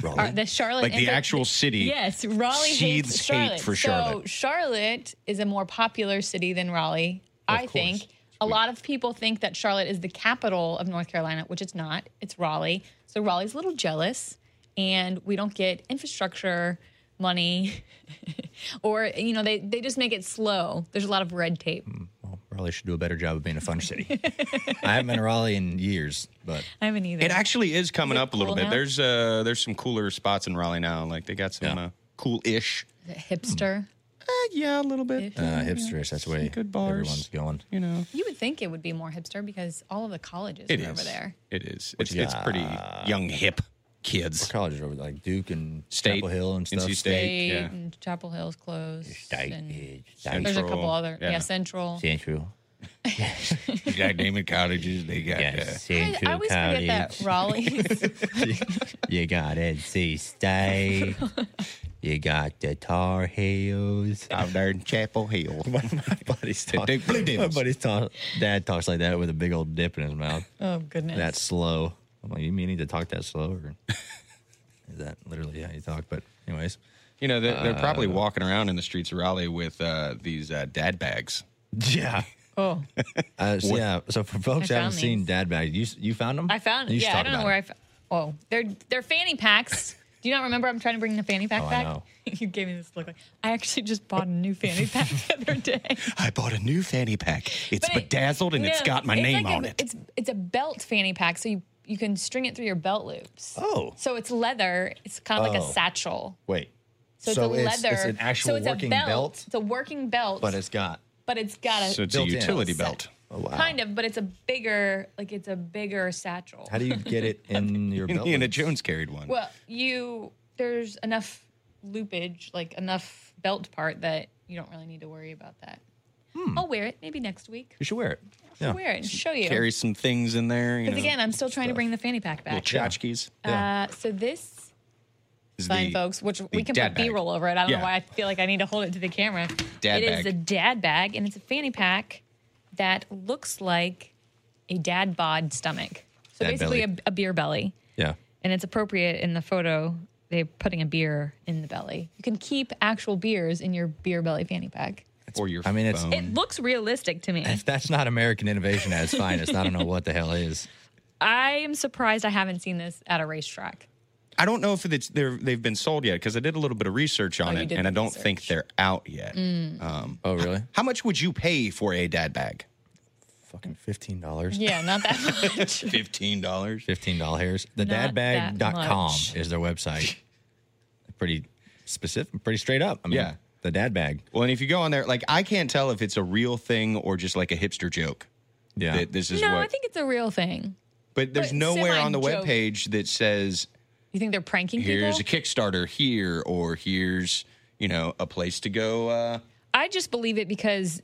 Speaker 5: Raleigh?
Speaker 3: Are- the Charlotte,
Speaker 6: Like the
Speaker 3: inter-
Speaker 6: actual city.
Speaker 3: Yes, Raleigh
Speaker 6: Seethes
Speaker 3: hates
Speaker 6: hate
Speaker 3: Charlotte.
Speaker 6: for
Speaker 3: So
Speaker 6: Charlotte.
Speaker 3: Charlotte is a more popular city than Raleigh, I
Speaker 5: course.
Speaker 3: think. A lot of people think that Charlotte is the capital of North Carolina, which it's not. It's Raleigh. So Raleigh's a little jealous, and we don't get infrastructure money, or you know, they they just make it slow. There's a lot of red tape.
Speaker 6: Hmm.
Speaker 5: Well, Raleigh should do a better job of being a fun city. I haven't been to Raleigh in years, but
Speaker 3: I haven't either.
Speaker 6: It actually is coming
Speaker 3: Is it
Speaker 6: up a little
Speaker 3: cool
Speaker 6: bit.
Speaker 3: now?
Speaker 6: There's uh there's some cooler spots in Raleigh now. Like they got some
Speaker 5: Yeah.
Speaker 6: uh, cool-ish.
Speaker 3: The hipster.
Speaker 6: Uh, yeah, a little bit.
Speaker 5: uh, hipsterish. That's the way
Speaker 6: Good bars.
Speaker 5: everyone's going.
Speaker 6: You know,
Speaker 3: You would think it would be more hipster because all of the colleges
Speaker 6: it
Speaker 3: are
Speaker 6: is
Speaker 3: over there.
Speaker 6: It is. It's, it's pretty young, hip kids.
Speaker 5: Colleges over there, like Duke and
Speaker 6: State,
Speaker 5: Chapel Hill and
Speaker 6: NC
Speaker 5: stuff.
Speaker 6: State.
Speaker 3: State
Speaker 6: yeah.
Speaker 3: and Chapel Hill's closed. and-
Speaker 5: State, State,
Speaker 3: There's a
Speaker 6: Central,
Speaker 3: couple other, yeah,
Speaker 6: yeah.
Speaker 3: Central.
Speaker 5: Central.
Speaker 6: You got Damon Cottages. They got uh,
Speaker 3: I, I always forget that Raleigh.
Speaker 5: You got NC State. you got the Tar Heels.
Speaker 6: out there in Chapel Hill.
Speaker 5: My buddy's talk,
Speaker 6: Duke Blue
Speaker 5: my
Speaker 6: Devils.
Speaker 5: buddy's talk, dad talks like that with a big old dip in his mouth.
Speaker 3: oh goodness.
Speaker 5: That slow. I'm like, you mean you need to talk that slow? Or is that literally how you talk? But anyways,
Speaker 6: You know, they're, they're probably walking around in the streets of Raleigh with uh, these uh, dad bags.
Speaker 5: yeah.
Speaker 3: oh,
Speaker 5: Uh, so yeah. So for folks
Speaker 3: I
Speaker 5: who haven't
Speaker 3: found
Speaker 5: seen
Speaker 3: these.
Speaker 5: dad bags, you s- you found them?
Speaker 3: I found.
Speaker 5: You should
Speaker 3: Yeah, I
Speaker 5: talk
Speaker 3: don't know
Speaker 5: about
Speaker 3: where
Speaker 5: it.
Speaker 3: I. Fa- oh, they're they're fanny packs. Do you not remember? I'm trying to bring the fanny pack
Speaker 5: Oh, I
Speaker 3: back.
Speaker 5: know.
Speaker 3: you gave me this look. Like I actually just bought a new fanny pack the other day.
Speaker 6: I bought a new fanny pack. It's
Speaker 3: But it-
Speaker 6: bedazzled and it's
Speaker 3: No,
Speaker 6: got my
Speaker 3: it's
Speaker 6: name
Speaker 3: like a-
Speaker 6: on it.
Speaker 3: It's it's a belt fanny pack, so you you can string it through your belt loops.
Speaker 5: Oh.
Speaker 3: So it's leather. It's kind of like
Speaker 5: Oh.
Speaker 3: a satchel.
Speaker 5: Wait.
Speaker 3: So it's a leather.
Speaker 5: It's an actual
Speaker 3: so it's
Speaker 5: working
Speaker 3: a
Speaker 5: belt,
Speaker 3: belt, It's a working belt,
Speaker 5: but it's got.
Speaker 3: but it's got a
Speaker 6: So it's a
Speaker 5: built in.
Speaker 6: utility
Speaker 3: Set.
Speaker 6: belt.
Speaker 5: Oh, wow.
Speaker 3: kind of, but it's a bigger like it's a bigger satchel.
Speaker 5: How do you get it in your belt?
Speaker 6: Indiana
Speaker 5: loops?
Speaker 6: Jones carried one.
Speaker 3: Well, you there's enough loopage, like enough belt part that you don't really need to worry about that. I'll wear it maybe next week.
Speaker 5: You should wear it.
Speaker 3: I'll
Speaker 5: Yeah.
Speaker 3: wear it and show you.
Speaker 6: Carry some things in there. You know,
Speaker 3: Because again, I'm still trying to bring the fanny pack back.
Speaker 6: little tchotchkes.
Speaker 5: Yeah.
Speaker 3: Uh, so this
Speaker 6: Is
Speaker 3: sign,
Speaker 6: the-
Speaker 3: folks, which
Speaker 6: the
Speaker 3: we can
Speaker 6: dad
Speaker 3: put
Speaker 6: bag.
Speaker 3: B-roll over it. I don't
Speaker 6: Yeah.
Speaker 3: know why I feel like I need to hold it to the camera. It is
Speaker 6: Dad bag.
Speaker 3: a dad bag, and it's a fanny pack that looks like a dad bod stomach. So
Speaker 5: Dad
Speaker 3: basically, a,
Speaker 5: belly.
Speaker 3: a beer belly,
Speaker 5: Yeah.
Speaker 3: and it's appropriate in the photo. They're putting a beer in the belly. You can keep actual beers in your beer belly fanny pack.
Speaker 6: or your.
Speaker 5: I mean, it's-
Speaker 6: phone.
Speaker 3: It looks realistic to me.
Speaker 5: If that's not American innovation at its finest, I don't know what the hell is.
Speaker 3: I am surprised I haven't seen this at a racetrack.
Speaker 6: I don't know if it's they're, they've been sold yet because I did a little bit of research on
Speaker 3: Oh, you
Speaker 6: it,
Speaker 3: did
Speaker 6: and I
Speaker 3: the
Speaker 6: don't think
Speaker 3: research. Mm.
Speaker 6: they're out yet.
Speaker 5: Oh, really?
Speaker 6: How much would you pay for a dad bag?
Speaker 5: Fucking fifteen dollars.
Speaker 3: Yeah, not that much.
Speaker 6: Fifteen dollars.
Speaker 5: Fifteen dollars. The
Speaker 3: Not that
Speaker 5: dadbag.com
Speaker 3: much.
Speaker 5: is their website. pretty specific, pretty straight up. I mean,
Speaker 6: Yeah.
Speaker 5: the dad bag.
Speaker 6: Well, and if you go on there, like I can't tell if it's a real thing or just like a hipster joke.
Speaker 5: Yeah.
Speaker 6: That this is
Speaker 3: no,
Speaker 6: what.
Speaker 3: I think it's a real thing.
Speaker 6: but there's
Speaker 3: but
Speaker 6: nowhere on the
Speaker 3: semi-joke.
Speaker 6: webpage that says
Speaker 3: You think they're pranking
Speaker 6: here's
Speaker 3: people?
Speaker 6: a Kickstarter here or here's you know a place to go. Uh,
Speaker 3: I just believe it because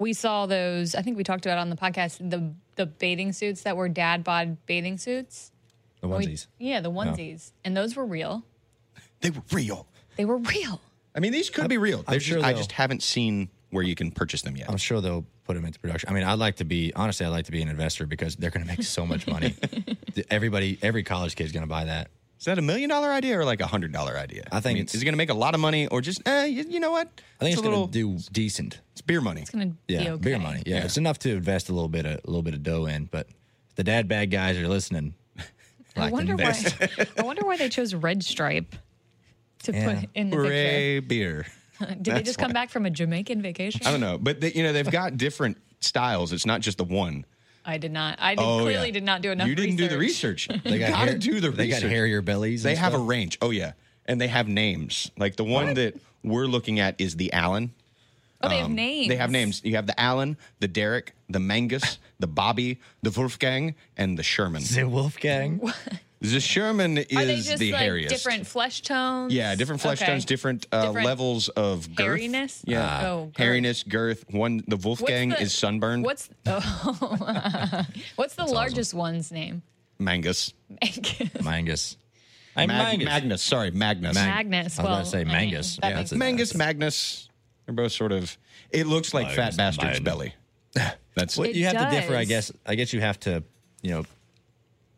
Speaker 3: we saw those. I think we talked about on the podcast the the bathing suits that were dad bod bathing suits.
Speaker 5: the
Speaker 3: We-
Speaker 5: onesies.
Speaker 3: yeah, the onesies, and those were real.
Speaker 6: they were real.
Speaker 3: They were real.
Speaker 6: I mean, these could be real. They're just-
Speaker 5: sure
Speaker 6: I
Speaker 5: they'll-
Speaker 6: just haven't seen where you can purchase them yet.
Speaker 5: I'm sure they'll put them into production. I mean, I'd like to be honestly, I'd like to be an investor because they're going to make so much money. Everybody, every college kid's going to buy that.
Speaker 6: Is that a million dollar idea or like a hundred dollar idea?
Speaker 5: I think it's-
Speaker 6: is it going to make a lot of money or just eh, you, you know what?
Speaker 5: I think it's, going
Speaker 6: little
Speaker 5: to do decent.
Speaker 6: it's beer money.
Speaker 3: It's gonna
Speaker 5: Yeah,
Speaker 3: be okay.
Speaker 5: beer money. Yeah,
Speaker 6: Yeah.
Speaker 5: it's enough to invest a little bit, of, a little bit of dough in. But if the dad bag guys are listening.
Speaker 3: I
Speaker 5: like to
Speaker 3: wonder why.
Speaker 5: invest.
Speaker 3: I wonder why they chose red stripe to
Speaker 5: Yeah.
Speaker 3: put in the
Speaker 6: Hooray, beer.
Speaker 3: picture. Did they just come back from a Jamaican vacation?
Speaker 6: I don't know, but they, you know they've got different styles. It's not just the one.
Speaker 3: I did not. I did, clearly
Speaker 6: Oh, yeah.
Speaker 3: did not do enough.
Speaker 6: You didn't do the research. They
Speaker 5: got
Speaker 6: got to
Speaker 5: hair-
Speaker 6: do the
Speaker 5: they got
Speaker 6: research.
Speaker 5: hairier bellies
Speaker 6: They
Speaker 5: and
Speaker 6: have a
Speaker 5: stuff?
Speaker 6: range. Oh yeah, and they have names. Like the one that we're looking at is the Allen.
Speaker 3: Oh, they have
Speaker 6: Um,
Speaker 3: names.
Speaker 6: They have names. You have the Allen, the Derek, the Mangus, the Bobby, the Wolfgang, and the Sherman.
Speaker 5: The Wolfgang.
Speaker 6: The Sherman is
Speaker 3: Are they just
Speaker 6: the
Speaker 3: like
Speaker 6: hairiest.
Speaker 3: different flesh tones?
Speaker 6: Yeah, different flesh
Speaker 3: Okay.
Speaker 6: tones, different, uh,
Speaker 3: Different
Speaker 6: levels of girth.
Speaker 3: hairiness.
Speaker 6: Yeah.
Speaker 3: oh, girth.
Speaker 6: Hairiness, girth. One, the
Speaker 3: What's
Speaker 6: Wolfgang
Speaker 3: the-
Speaker 6: is sunburned.
Speaker 3: What's oh, what's the largest one's name?
Speaker 6: Mangus?
Speaker 5: Mangus. I'm
Speaker 6: Mag-
Speaker 5: Mangus.
Speaker 6: Magnus. Sorry, Magnus.
Speaker 3: Magnus.
Speaker 5: I was about
Speaker 3: well,
Speaker 5: to say
Speaker 3: mean,
Speaker 5: Mangus.
Speaker 3: that
Speaker 5: Yeah,
Speaker 3: makes
Speaker 5: it's a-
Speaker 6: Mangus, Magnus. They're both sort of. It looks like
Speaker 5: Magnus,
Speaker 6: Fat
Speaker 5: Magnus.
Speaker 6: Bastard's belly. That's
Speaker 5: Well,
Speaker 3: It
Speaker 5: you have to differ, I
Speaker 3: does.
Speaker 5: guess. I guess you have to, you know,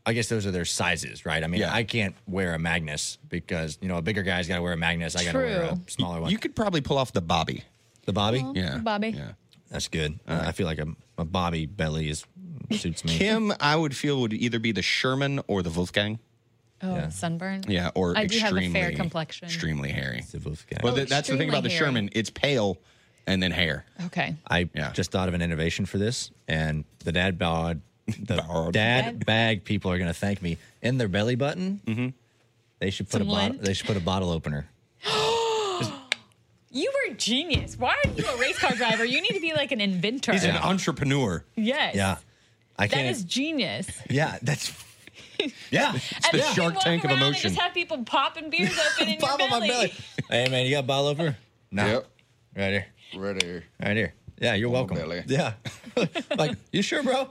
Speaker 5: I guess those are their sizes, right? I mean,
Speaker 6: Yeah.
Speaker 5: I can't wear a Magnus because, you know, a bigger guy's got to wear a Magnus. I got to wear a
Speaker 3: True. Uh-huh.
Speaker 5: smaller one.
Speaker 6: You could probably pull off the Bobby.
Speaker 5: the Bobby?
Speaker 6: Yeah.
Speaker 3: Bobby.
Speaker 6: Yeah.
Speaker 5: That's good. Uh, I feel like a, a Bobby belly is suits me.
Speaker 6: Kim, I would feel, would either be the Sherman or the Wolfgang.
Speaker 3: Oh, sunburn.
Speaker 6: Yeah, or
Speaker 3: I do have
Speaker 6: extremely
Speaker 3: a fair complexion.
Speaker 6: extremely hairy.
Speaker 5: The Wolfgang.
Speaker 6: Well,
Speaker 3: Oh,
Speaker 6: th- that's the
Speaker 3: extremely
Speaker 6: thing about the
Speaker 3: hairy.
Speaker 6: Sherman. It's pale and then hair.
Speaker 3: Okay.
Speaker 5: I
Speaker 6: Yeah.
Speaker 5: just thought of an innovation for this, and the dad bod, the
Speaker 6: Bod.
Speaker 5: dad bag people are going to thank me in their belly button. Mm-hmm. They should put
Speaker 3: Some
Speaker 5: a bottle.
Speaker 3: lint.
Speaker 5: They should put a bottle opener.
Speaker 3: You were a genius. Why are you a race car driver? You need to be like an inventor.
Speaker 6: He's an entrepreneur.
Speaker 3: yes.
Speaker 5: Yeah, I
Speaker 3: That
Speaker 5: can't.
Speaker 3: is genius.
Speaker 5: yeah, that's
Speaker 6: Yeah, it's
Speaker 3: And then
Speaker 6: the
Speaker 3: you
Speaker 6: Shark
Speaker 3: walk
Speaker 6: Tank of
Speaker 3: around and
Speaker 6: emotion.
Speaker 3: Just have people popping beers open in
Speaker 5: pop
Speaker 3: your
Speaker 5: on
Speaker 3: belly.
Speaker 5: my belly. hey man, you got a bottle opener? No,
Speaker 7: Yep.
Speaker 5: right here,
Speaker 7: Right here.
Speaker 5: right here. Yeah, you're
Speaker 7: my
Speaker 5: welcome.
Speaker 7: belly.
Speaker 5: Yeah, like you sure, bro?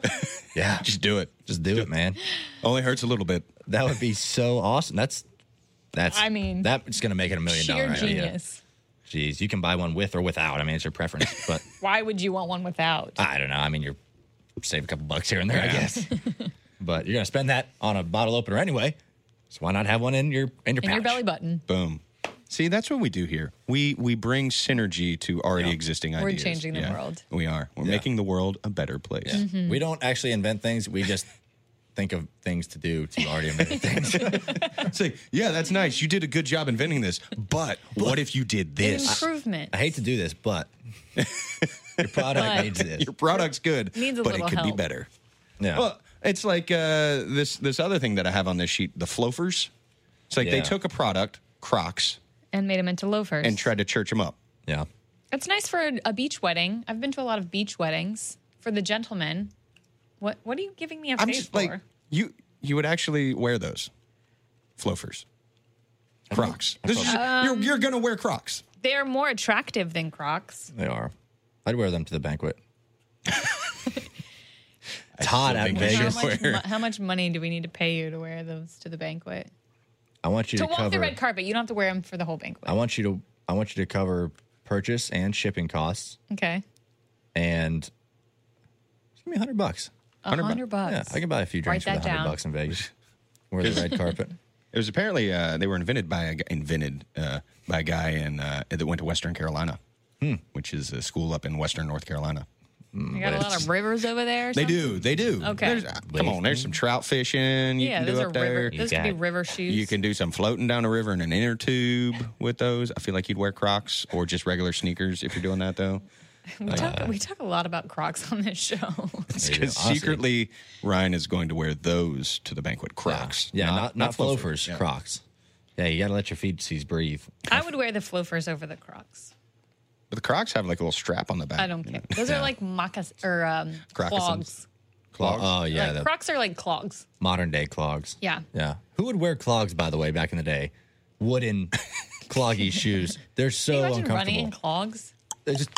Speaker 5: yeah,
Speaker 6: Just do it.
Speaker 5: just do it, man.
Speaker 6: Only hurts a little bit.
Speaker 5: That would be so awesome. That's that's.
Speaker 3: I mean,
Speaker 5: that's going to make it a million dollar
Speaker 3: Sheer
Speaker 5: idea.
Speaker 3: genius.
Speaker 5: Jeez, you can buy one with or without. I mean, it's your preference, but
Speaker 3: Why would you want one without?
Speaker 5: I don't know. I mean, you're save a couple bucks here and there, I guess. but you're gonna spend that on a bottle opener anyway, so why not have one in your in your
Speaker 3: in your
Speaker 5: pouch?
Speaker 3: belly button.
Speaker 6: Boom. See, that's what we do here. We we bring synergy to already existing
Speaker 3: We're
Speaker 6: ideas.
Speaker 3: changing the world.
Speaker 6: We are. We're making the world a better place.
Speaker 3: Mm-hmm.
Speaker 5: We don't actually invent things. We just think of things to do to already invent things.
Speaker 6: It's like, yeah, that's nice. You did a good job inventing this, but what if you did
Speaker 3: An
Speaker 6: this?
Speaker 3: Improvement.
Speaker 5: I hate to do this, but your product
Speaker 3: But-
Speaker 5: needs this.
Speaker 6: Your product's good,
Speaker 3: Needs a
Speaker 6: but it
Speaker 3: little
Speaker 6: could be
Speaker 3: help.
Speaker 6: better.
Speaker 5: Yeah.
Speaker 6: Well, it's like uh, this this other thing that I have on this sheet, the Flofers. It's like they
Speaker 5: Yeah.
Speaker 6: took a product, Crocs,
Speaker 3: and made them into loafers.
Speaker 6: and tried to church them up.
Speaker 5: yeah.
Speaker 3: It's nice for a beach wedding. I've been to a lot of beach weddings for the gentlemen. What What are you giving me a
Speaker 6: I'm
Speaker 3: face
Speaker 6: just
Speaker 3: for?
Speaker 6: like you. You would actually wear those, Flofers,
Speaker 3: Um,
Speaker 6: Crocs. This is, you're you're gonna wear Crocs.
Speaker 3: They're more attractive than Crocs.
Speaker 5: They are. I'd wear them to the banquet. Todd at
Speaker 6: think they
Speaker 5: Vegas.
Speaker 6: should
Speaker 3: How much,
Speaker 6: Where?
Speaker 3: mo- how much money do we need to pay you to wear those to the banquet?
Speaker 5: I want you
Speaker 3: To
Speaker 5: to,
Speaker 3: walk
Speaker 5: cover.
Speaker 3: the red carpet, you don't have to wear them for the whole banquet.
Speaker 5: I want you to. I want you to cover purchase and shipping costs,
Speaker 3: Okay,
Speaker 5: and it's gonna be hundred bucks.
Speaker 3: a hundred bucks.
Speaker 5: Yeah, I can buy a few drinks
Speaker 3: Oh, Write that
Speaker 5: for the hundred
Speaker 3: down.
Speaker 5: bucks in Vegas. Wear the red carpet.
Speaker 6: It was apparently uh, they were invented by a, gu- invented uh, by a guy in uh, that went to Western Carolina, which is a school up in Western North Carolina.
Speaker 3: you got a lot of rivers over there. or
Speaker 6: They
Speaker 3: something?
Speaker 6: do, they do.
Speaker 3: Okay.
Speaker 6: There's- uh, come on, there's some trout fishing you
Speaker 3: Yeah,
Speaker 6: can do
Speaker 3: those are
Speaker 6: up there.
Speaker 3: river. Those could be
Speaker 5: got-
Speaker 3: river shoes.
Speaker 6: You can do some floating down a river in an inner tube with those. I feel like you'd wear Crocs or just regular sneakers if you're doing that though.
Speaker 3: We talk, we talk a lot about Crocs on this show.
Speaker 6: It's
Speaker 5: There you go.
Speaker 6: 'cause
Speaker 5: Honestly.
Speaker 6: secretly Ryan is going to wear those to the banquet. Crocs,
Speaker 5: Yeah, not not,
Speaker 6: loafers.
Speaker 5: loafers,
Speaker 6: Yeah.
Speaker 5: Crocs. Yeah, you gotta let your feet sees breathe.
Speaker 3: I would wear the Flofers over the Crocs.
Speaker 6: But the Crocs have like a little strap on the back.
Speaker 3: I don't
Speaker 6: you
Speaker 3: care.
Speaker 6: know?
Speaker 3: Those
Speaker 6: Yeah.
Speaker 3: are like moccas or um,
Speaker 6: Crocasins.
Speaker 3: clogs.
Speaker 6: Clogs.
Speaker 5: Oh yeah,
Speaker 3: Like,
Speaker 5: the
Speaker 3: Crocs are like clogs.
Speaker 5: modern day clogs.
Speaker 3: Yeah.
Speaker 5: Yeah. Who would wear clogs, by the way, back in the day? Wooden cloggy shoes. They're
Speaker 3: Can
Speaker 5: so
Speaker 3: you imagine running in
Speaker 5: uncomfortable.
Speaker 3: clogs?
Speaker 5: They just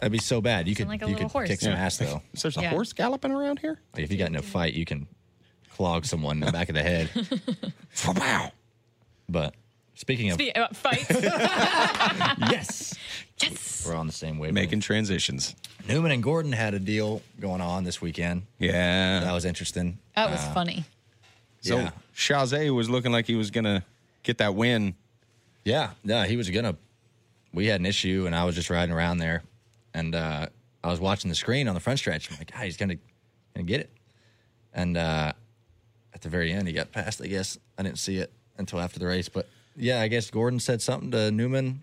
Speaker 5: that'd be so bad. You could
Speaker 3: like a
Speaker 5: you
Speaker 3: little
Speaker 5: could
Speaker 3: horse.
Speaker 5: kick some
Speaker 6: Yeah.
Speaker 5: ass though.
Speaker 6: So there's a
Speaker 3: Yeah.
Speaker 6: horse galloping around here.
Speaker 5: Like, if you got in a fight, you can clog someone in the back of the head.
Speaker 6: Wow.
Speaker 5: But speaking of
Speaker 3: Be- uh, Fights.
Speaker 5: yes,
Speaker 3: yes.
Speaker 5: we're on the same wavelength.
Speaker 6: Making transitions.
Speaker 5: Newman and Gordon had a deal going on this weekend.
Speaker 6: Yeah.
Speaker 5: That was interesting.
Speaker 3: That was funny.
Speaker 6: So
Speaker 5: Yeah.
Speaker 6: Chazé was looking like he was gonna get that win.
Speaker 5: Yeah, yeah, he was gonna. We had an issue, and I was just riding around there, and uh, I was watching the screen on the front stretch. I'm like, ah, he's gonna, gonna get it. And uh, at the very end, he got passed. I guess I didn't see it until after the race, but yeah, I guess Gordon said something to Newman.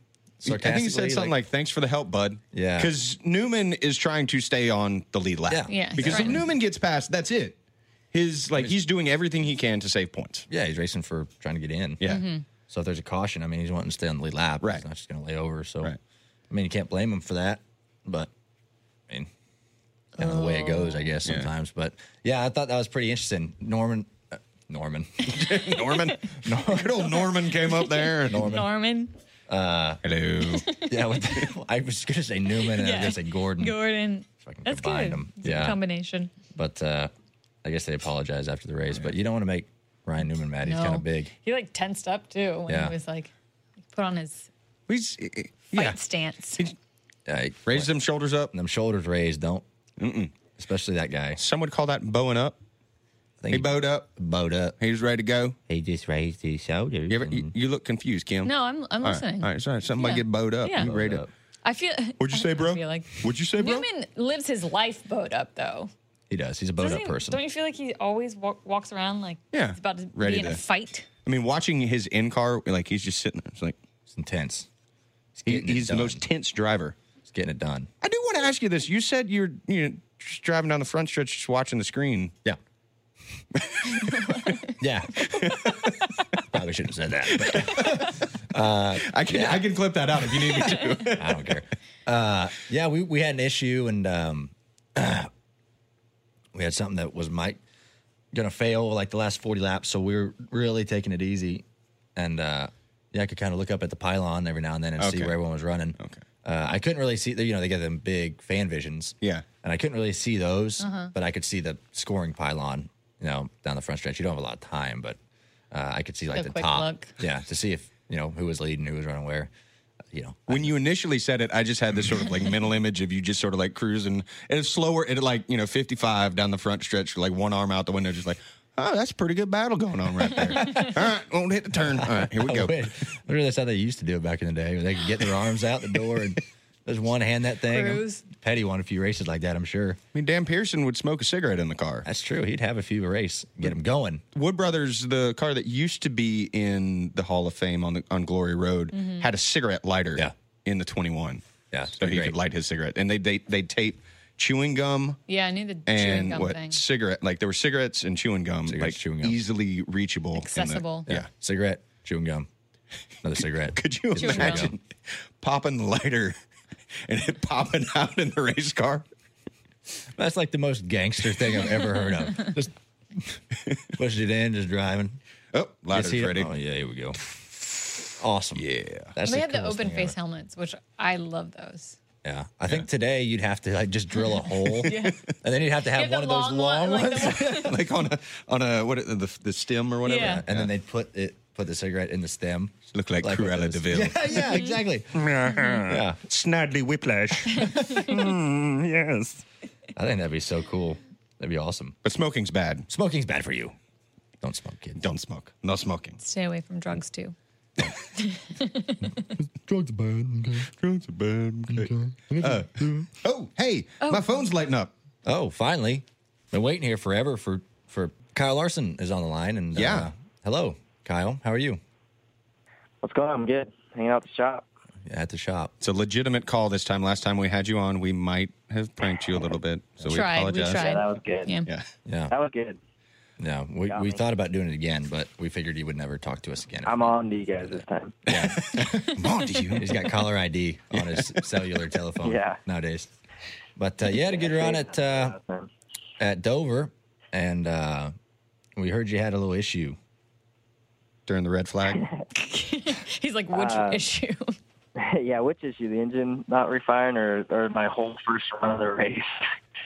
Speaker 6: I think he said
Speaker 5: sarcastically,
Speaker 6: something like, "Thanks for the help, bud."
Speaker 5: Yeah.
Speaker 6: Because Newman is trying to stay on the lead lap.
Speaker 5: Yeah.
Speaker 3: Yeah,
Speaker 6: Because
Speaker 3: right.
Speaker 6: if Newman gets past, that's it. His like he's doing everything he can to save points.
Speaker 5: yeah, he's racing for trying to get in.
Speaker 6: Yeah.
Speaker 3: Mm-hmm.
Speaker 5: So if there's a caution, I mean, he's wanting to stay on the lead lap.
Speaker 6: Right.
Speaker 5: He's not just gonna lay over. So,
Speaker 6: Right.
Speaker 5: I mean, you can't blame him for that, but I mean, kind of the way it goes, I guess
Speaker 6: Oh, Yeah.
Speaker 5: sometimes. But yeah, I thought that was pretty interesting. Norman, uh, Norman,
Speaker 6: Norman. Good old Norman came up there. and-
Speaker 3: Norman,
Speaker 6: Hello.
Speaker 5: yeah, with I was gonna say Newman and I
Speaker 3: Yeah.
Speaker 5: was gonna say Gordon,
Speaker 6: Mm.
Speaker 3: Gordon.
Speaker 5: I can
Speaker 3: That's
Speaker 5: combine
Speaker 3: good.
Speaker 5: them.
Speaker 3: It's a good
Speaker 5: Yeah.
Speaker 3: combination.
Speaker 5: but uh, I guess they apologized after the race. But you don't want to make Ryan Newman mad. He's
Speaker 3: No.
Speaker 5: kind of big.
Speaker 3: He like tensed up too when
Speaker 5: Yeah.
Speaker 3: he was like put on his
Speaker 6: He's eh,
Speaker 3: fight
Speaker 6: yeah.
Speaker 3: stance.
Speaker 5: Like,
Speaker 6: Raised them shoulders up.
Speaker 5: them shoulders raised. Don't, especially that guy.
Speaker 6: Some would call that bowing up.
Speaker 5: I think
Speaker 6: He bowed up.
Speaker 5: bowed up.
Speaker 6: He was ready to go.
Speaker 5: He just raised his shoulders.
Speaker 6: You, ever, you, you look confused, Kim.
Speaker 3: No, I'm I'm
Speaker 6: All right.
Speaker 3: listening.
Speaker 6: All right. Sorry. Somebody
Speaker 3: Yeah.
Speaker 6: get bowed up.
Speaker 3: Yeah.
Speaker 6: You
Speaker 3: Bowed
Speaker 6: ready
Speaker 5: up.
Speaker 6: to?
Speaker 3: I feel.
Speaker 6: What'd you
Speaker 3: I-
Speaker 6: say, bro?
Speaker 3: I feel like
Speaker 6: What'd you say, bro?
Speaker 3: Newman lives his life bowed up though.
Speaker 5: He does. He's a bowed
Speaker 3: Doesn't
Speaker 5: up
Speaker 3: he-
Speaker 5: person.
Speaker 3: Don't you feel like he always walk, walks around like
Speaker 6: Yeah.
Speaker 3: he's about to
Speaker 6: Ready
Speaker 3: be in
Speaker 6: to-
Speaker 3: a fight?
Speaker 6: I mean, watching his in car, like he's just sitting there. It's like
Speaker 5: It's intense.
Speaker 6: he,
Speaker 5: getting it
Speaker 6: he's the
Speaker 5: done.
Speaker 6: most tense driver.
Speaker 5: It's getting it done.
Speaker 6: I do want to ask you this. You said you're you know, just driving down the front stretch, just watching the screen.
Speaker 5: Yeah. yeah. Probably shouldn't have said that,
Speaker 6: I can I can clip that out if you need me to.
Speaker 5: but I don't care. Uh, yeah, we, we had an issue and um, we had something that was might gonna fail like the last 40 laps, so we were really taking it easy. And uh, yeah, I could kind of look up at the pylon every now and then and see
Speaker 6: Okay.
Speaker 5: where everyone was running.
Speaker 6: Okay.
Speaker 5: Uh, I couldn't really see, you know, they got them big fan visions.
Speaker 6: Yeah.
Speaker 5: and I couldn't really see those,
Speaker 3: Uh-huh.
Speaker 5: but I could see the scoring pylon, you know, down the front stretch. You don't have a lot of time, but uh, I could see like
Speaker 3: A
Speaker 5: the
Speaker 3: quick
Speaker 5: top,
Speaker 3: look.
Speaker 5: yeah, to see if you know who was leading, who was running where, uh, you know.
Speaker 6: When you initially said it, I just had this sort of like mental image of you just sort of like cruising and it's slower at like, you know, 55 down the front stretch, like one arm out the window, just like, oh, that's a pretty good battle going on right there. All right, won't hit the turn. All right, here we go.
Speaker 5: I wish- I wonder if Oh, that's how they used to do it back in the day. Where they could get their arms out the door and there's one hand that thing.
Speaker 3: Cruise.
Speaker 5: Petty won a few races like that, I'm sure.
Speaker 6: I mean, Dan Pearson would smoke a cigarette in the car.
Speaker 5: That's true. He'd have a few a race, get him going.
Speaker 6: Wood Brothers, the car that used to be in the Hall of Fame on the on Glory Road,
Speaker 3: Mm-hmm.
Speaker 6: had a cigarette lighter
Speaker 5: Yeah.
Speaker 6: in the 21.
Speaker 5: Yeah, it's
Speaker 6: so
Speaker 5: pretty
Speaker 6: he
Speaker 5: great.
Speaker 6: could light his cigarette, and they they they tape chewing gum
Speaker 3: Yeah, I knew the chewing
Speaker 6: and
Speaker 3: gum
Speaker 6: what
Speaker 3: thing.
Speaker 6: cigarette like there were cigarettes and chewing gum
Speaker 5: Cigarettes,
Speaker 6: like
Speaker 5: chewing gum.
Speaker 6: easily reachable, in the-
Speaker 3: Accessible.
Speaker 6: yeah.
Speaker 5: cigarette, chewing gum, another cigarette.
Speaker 6: Could you
Speaker 3: Chewing gum.
Speaker 6: imagine popping the lighter and it popping out in the race car?
Speaker 5: That's like the most gangster thing I've ever heard of. Just pushed it in, just driving.
Speaker 6: Oh,
Speaker 5: Yes,
Speaker 6: lighter's
Speaker 5: he-
Speaker 6: ready.
Speaker 5: Oh yeah, here we go. Awesome.
Speaker 6: Yeah.
Speaker 5: That's
Speaker 3: They have the
Speaker 5: coolest
Speaker 3: open
Speaker 5: thing ever.
Speaker 3: face helmets, which I love those.
Speaker 5: Yeah, I think today you'd have to like just drill a hole,
Speaker 3: Yeah.
Speaker 5: and then you'd have to
Speaker 3: Get
Speaker 5: have
Speaker 3: the
Speaker 5: one of those
Speaker 3: long one,
Speaker 5: long
Speaker 3: like the
Speaker 5: ones,
Speaker 6: like on a on a what the the stem or whatever.
Speaker 3: Yeah.
Speaker 5: and then they'd put it put the cigarette in the stem.
Speaker 6: look like,
Speaker 5: Like with
Speaker 6: Cruella
Speaker 5: those-
Speaker 6: Deville.
Speaker 5: Yeah, yeah, exactly. yeah,
Speaker 6: Snidely whiplash. Mm, yes.
Speaker 5: I think that'd be so cool. That'd be awesome.
Speaker 6: But smoking's bad.
Speaker 5: Smoking's bad for you. Don't smoke, kid.
Speaker 6: Don't smoke. No smoking.
Speaker 3: Stay away from drugs too.
Speaker 6: Drugs are bad. Okay. Drugs are bad. Okay. Uh, oh, hey, my phone's lighting up.
Speaker 5: Oh, finally, been waiting here forever for for Kyle Larson is on the line, and
Speaker 6: Yeah.
Speaker 5: uh, hello, Kyle, how are you?
Speaker 7: What's going on? I'm good. Hanging out at the shop.
Speaker 5: At the shop.
Speaker 6: It's a legitimate call this time. Last time we had you on, we might have pranked you a little bit, so
Speaker 3: Tried,
Speaker 6: we
Speaker 3: we
Speaker 6: apologize.
Speaker 7: Yeah,
Speaker 3: tried.
Speaker 7: that was good.
Speaker 3: Yeah.
Speaker 6: Yeah.
Speaker 5: Yeah,
Speaker 7: That was good.
Speaker 5: yeah. We,
Speaker 7: got
Speaker 5: we
Speaker 7: me.
Speaker 5: thought about doing it again, but we figured he would never talk to us again.
Speaker 7: I'm on to you guys this time.
Speaker 6: I'm on to you.
Speaker 5: He's got caller ID on his cellular telephone
Speaker 7: Yeah. nowadays.
Speaker 5: nowadays. But uh, you had a good run at uh, at Dover, and uh, we heard you had a little issue.
Speaker 6: During the red flag.
Speaker 3: He's like, which
Speaker 7: Uh,
Speaker 3: issue?
Speaker 7: yeah, which issue? The engine not refiring or, or my whole first run of the race?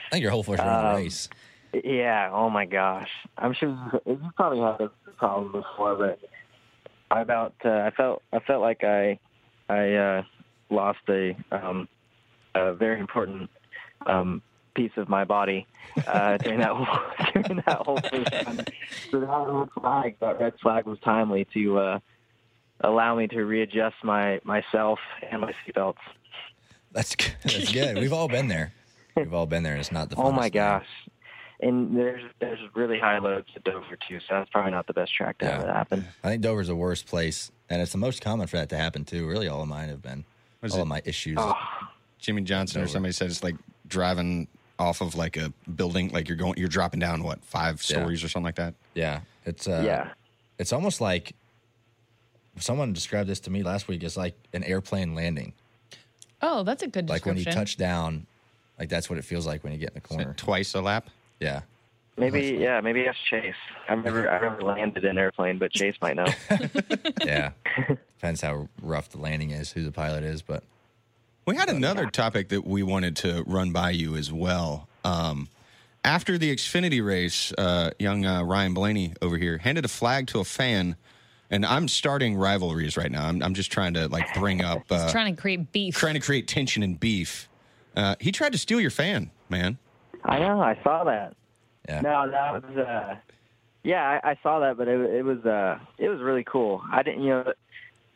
Speaker 5: I think your whole first run
Speaker 7: Um,
Speaker 5: of the race.
Speaker 7: yeah, oh my gosh. I'm sure you- you probably had this problem before, but I about uh, I felt I felt like I I uh, lost a um, a very important um, piece of my body uh, during that whole, during that whole thing. So that red flag, that red flag was timely to uh, allow me to readjust my myself and my seatbelts.
Speaker 5: That's g- that's good. We've all been there. We've all been there, and it's not the.
Speaker 7: Oh
Speaker 5: funnest
Speaker 7: my
Speaker 5: thing.
Speaker 7: gosh. And there's there's really high loads at Dover too, so that's probably not the best track to have
Speaker 5: Yeah.
Speaker 7: it happen.
Speaker 5: I think Dover's the worst place, and it's the most common for that to happen too. Really, all of mine have been.
Speaker 6: is
Speaker 5: All
Speaker 6: it?
Speaker 5: of my issues.
Speaker 7: Oh.
Speaker 6: Jimmy Johnson or somebody said it's like driving off of like a building, like you're going, you're dropping down what five
Speaker 5: Yeah.
Speaker 6: stories or something like that.
Speaker 5: Yeah, it's uh,
Speaker 7: yeah.
Speaker 5: it's almost like someone described this to me last week. It's like an airplane landing.
Speaker 3: Oh, that's a good
Speaker 5: Like when you
Speaker 3: description.
Speaker 5: touch down, like that's what it feels like when you get in the corner.
Speaker 6: Twice a lap.
Speaker 5: Yeah.
Speaker 7: Maybe yeah, maybe ask Chase. I've never I've never landed an airplane, but Chase might know.
Speaker 5: Yeah. Depends how rough the landing is, who the pilot is, but
Speaker 6: We had another topic that we wanted to run by you as well. Um, after the Xfinity race, uh, young uh, Ryan Blaney over here handed a flag to a fan, and I'm starting rivalries right now. I'm, I'm just trying to like bring up, uh,
Speaker 3: Trying to create beef.
Speaker 6: trying to create tension and beef. Uh, he tried to steal your fan, man.
Speaker 7: I know, I saw that.
Speaker 5: yeah.
Speaker 7: No, that was uh yeah, I, I saw that but it it was uh it was really cool. I didn't you know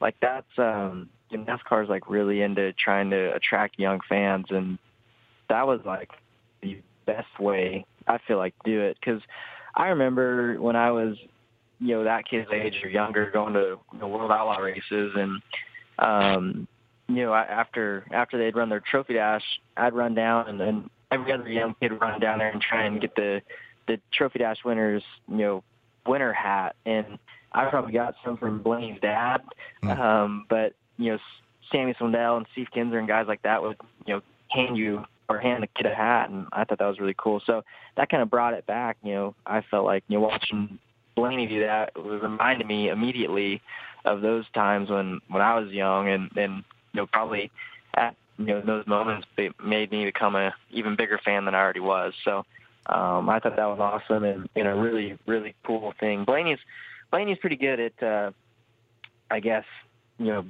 Speaker 7: like that's um you know, NASCAR's like really into trying to attract young fans and that was like the best way I feel like to do it cuz I remember when I was you know that kid's age or younger going to you know, World Outlaw races and um you know I- after after they'd run their trophy dash I'd run down and then every other young kid would run down there and try and get the the trophy dash winners you know winner hat and I probably got some from Blaine's dad um but you know Sammy Swindell and Steve Kinzer and guys like that would you know hand you or hand the kid a hat and I thought that was really cool so that kind of brought it back you know I felt like you know watching Blaney do that it reminded me immediately of those times when when I was young, and and you know probably at you know those moments it made me become a even bigger fan than I already was. So um, I thought that was awesome and and a really really cool thing. Blaney's Blaney's pretty good at uh, I guess you know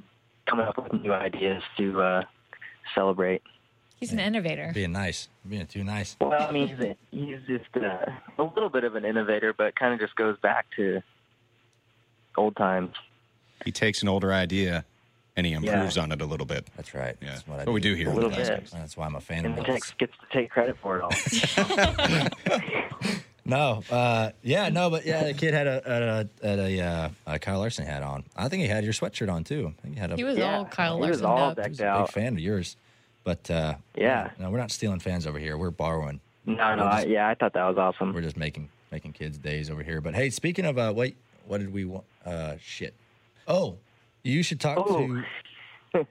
Speaker 7: coming up with new ideas to uh, celebrate.
Speaker 3: He's an innovator.
Speaker 5: Being nice. Being too nice.
Speaker 7: Well, I mean, he's, a, he's just uh, a little bit of an innovator, but kind of just goes back to old times.
Speaker 6: He takes an older idea and he improves on it a little bit.
Speaker 5: That's right.
Speaker 6: Yeah,
Speaker 5: That's what, I
Speaker 6: we do here.
Speaker 7: A
Speaker 6: on
Speaker 7: little
Speaker 6: the
Speaker 7: bit.
Speaker 6: podcast.
Speaker 5: That's why I'm a fan
Speaker 7: And
Speaker 5: of
Speaker 7: the
Speaker 5: Bucks.
Speaker 7: text gets to take credit for it all.
Speaker 5: No, uh, yeah, no, but yeah, the kid had a had a, had a, uh, a Kyle Larson hat on. I think he had your sweatshirt on too. I think he had a
Speaker 3: He was all Kyle
Speaker 7: he was
Speaker 3: Larson.
Speaker 7: all
Speaker 3: up.
Speaker 7: decked
Speaker 5: big
Speaker 7: out.
Speaker 5: fan of yours. But uh,
Speaker 7: Yeah.
Speaker 5: no, we're not stealing fans over here. We're borrowing.
Speaker 7: No, no, I, yeah, I thought that was awesome.
Speaker 5: We're just making making kids days over here. But hey, speaking of uh, wait, what did we want? Uh, shit. Oh, you should talk
Speaker 7: Oh.
Speaker 5: to.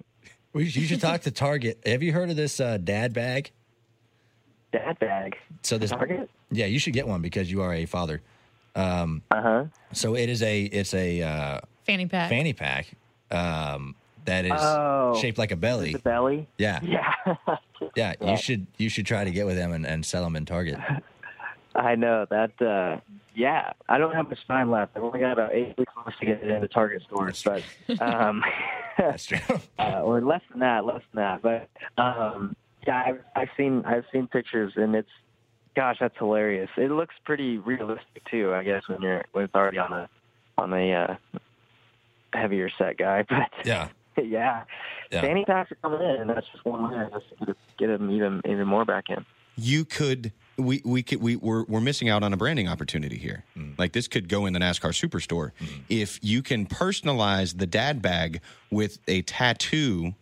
Speaker 5: we should- You should talk to Target. Have you heard of this uh, dad bag?
Speaker 7: Dad bag.
Speaker 5: So this
Speaker 7: Target?
Speaker 5: Yeah, you should get one because you are a father.
Speaker 7: Uh huh.
Speaker 5: So it is a it's a uh,
Speaker 3: Fanny pack.
Speaker 5: fanny pack um, that is
Speaker 7: Oh.
Speaker 5: shaped like a belly.
Speaker 7: The belly.
Speaker 5: Yeah,
Speaker 7: Yeah.
Speaker 5: yeah. You should you should try to get with them and, and sell them in Target.
Speaker 7: I know that. Uh, yeah, I don't have much time left. I've only got about eight weeks left to get it into Target stores, but um,
Speaker 5: That's true.
Speaker 7: uh, or less than that, less than that. But um, yeah, I've, I've seen I've seen pictures, and it's gosh, that's hilarious. It looks pretty realistic too, I guess, when you're when it's already on the on the uh, heavier set guy.
Speaker 5: yeah,
Speaker 7: But yeah,
Speaker 5: Yeah.
Speaker 7: fanny packs are coming in, and that's just one way just to get- get them even even more back in.
Speaker 6: you could we we could we we're, we're missing out on a branding opportunity here.
Speaker 5: Mm.
Speaker 6: Like this could go in the NASCAR Superstore if you can personalize the dad bag with a tattoo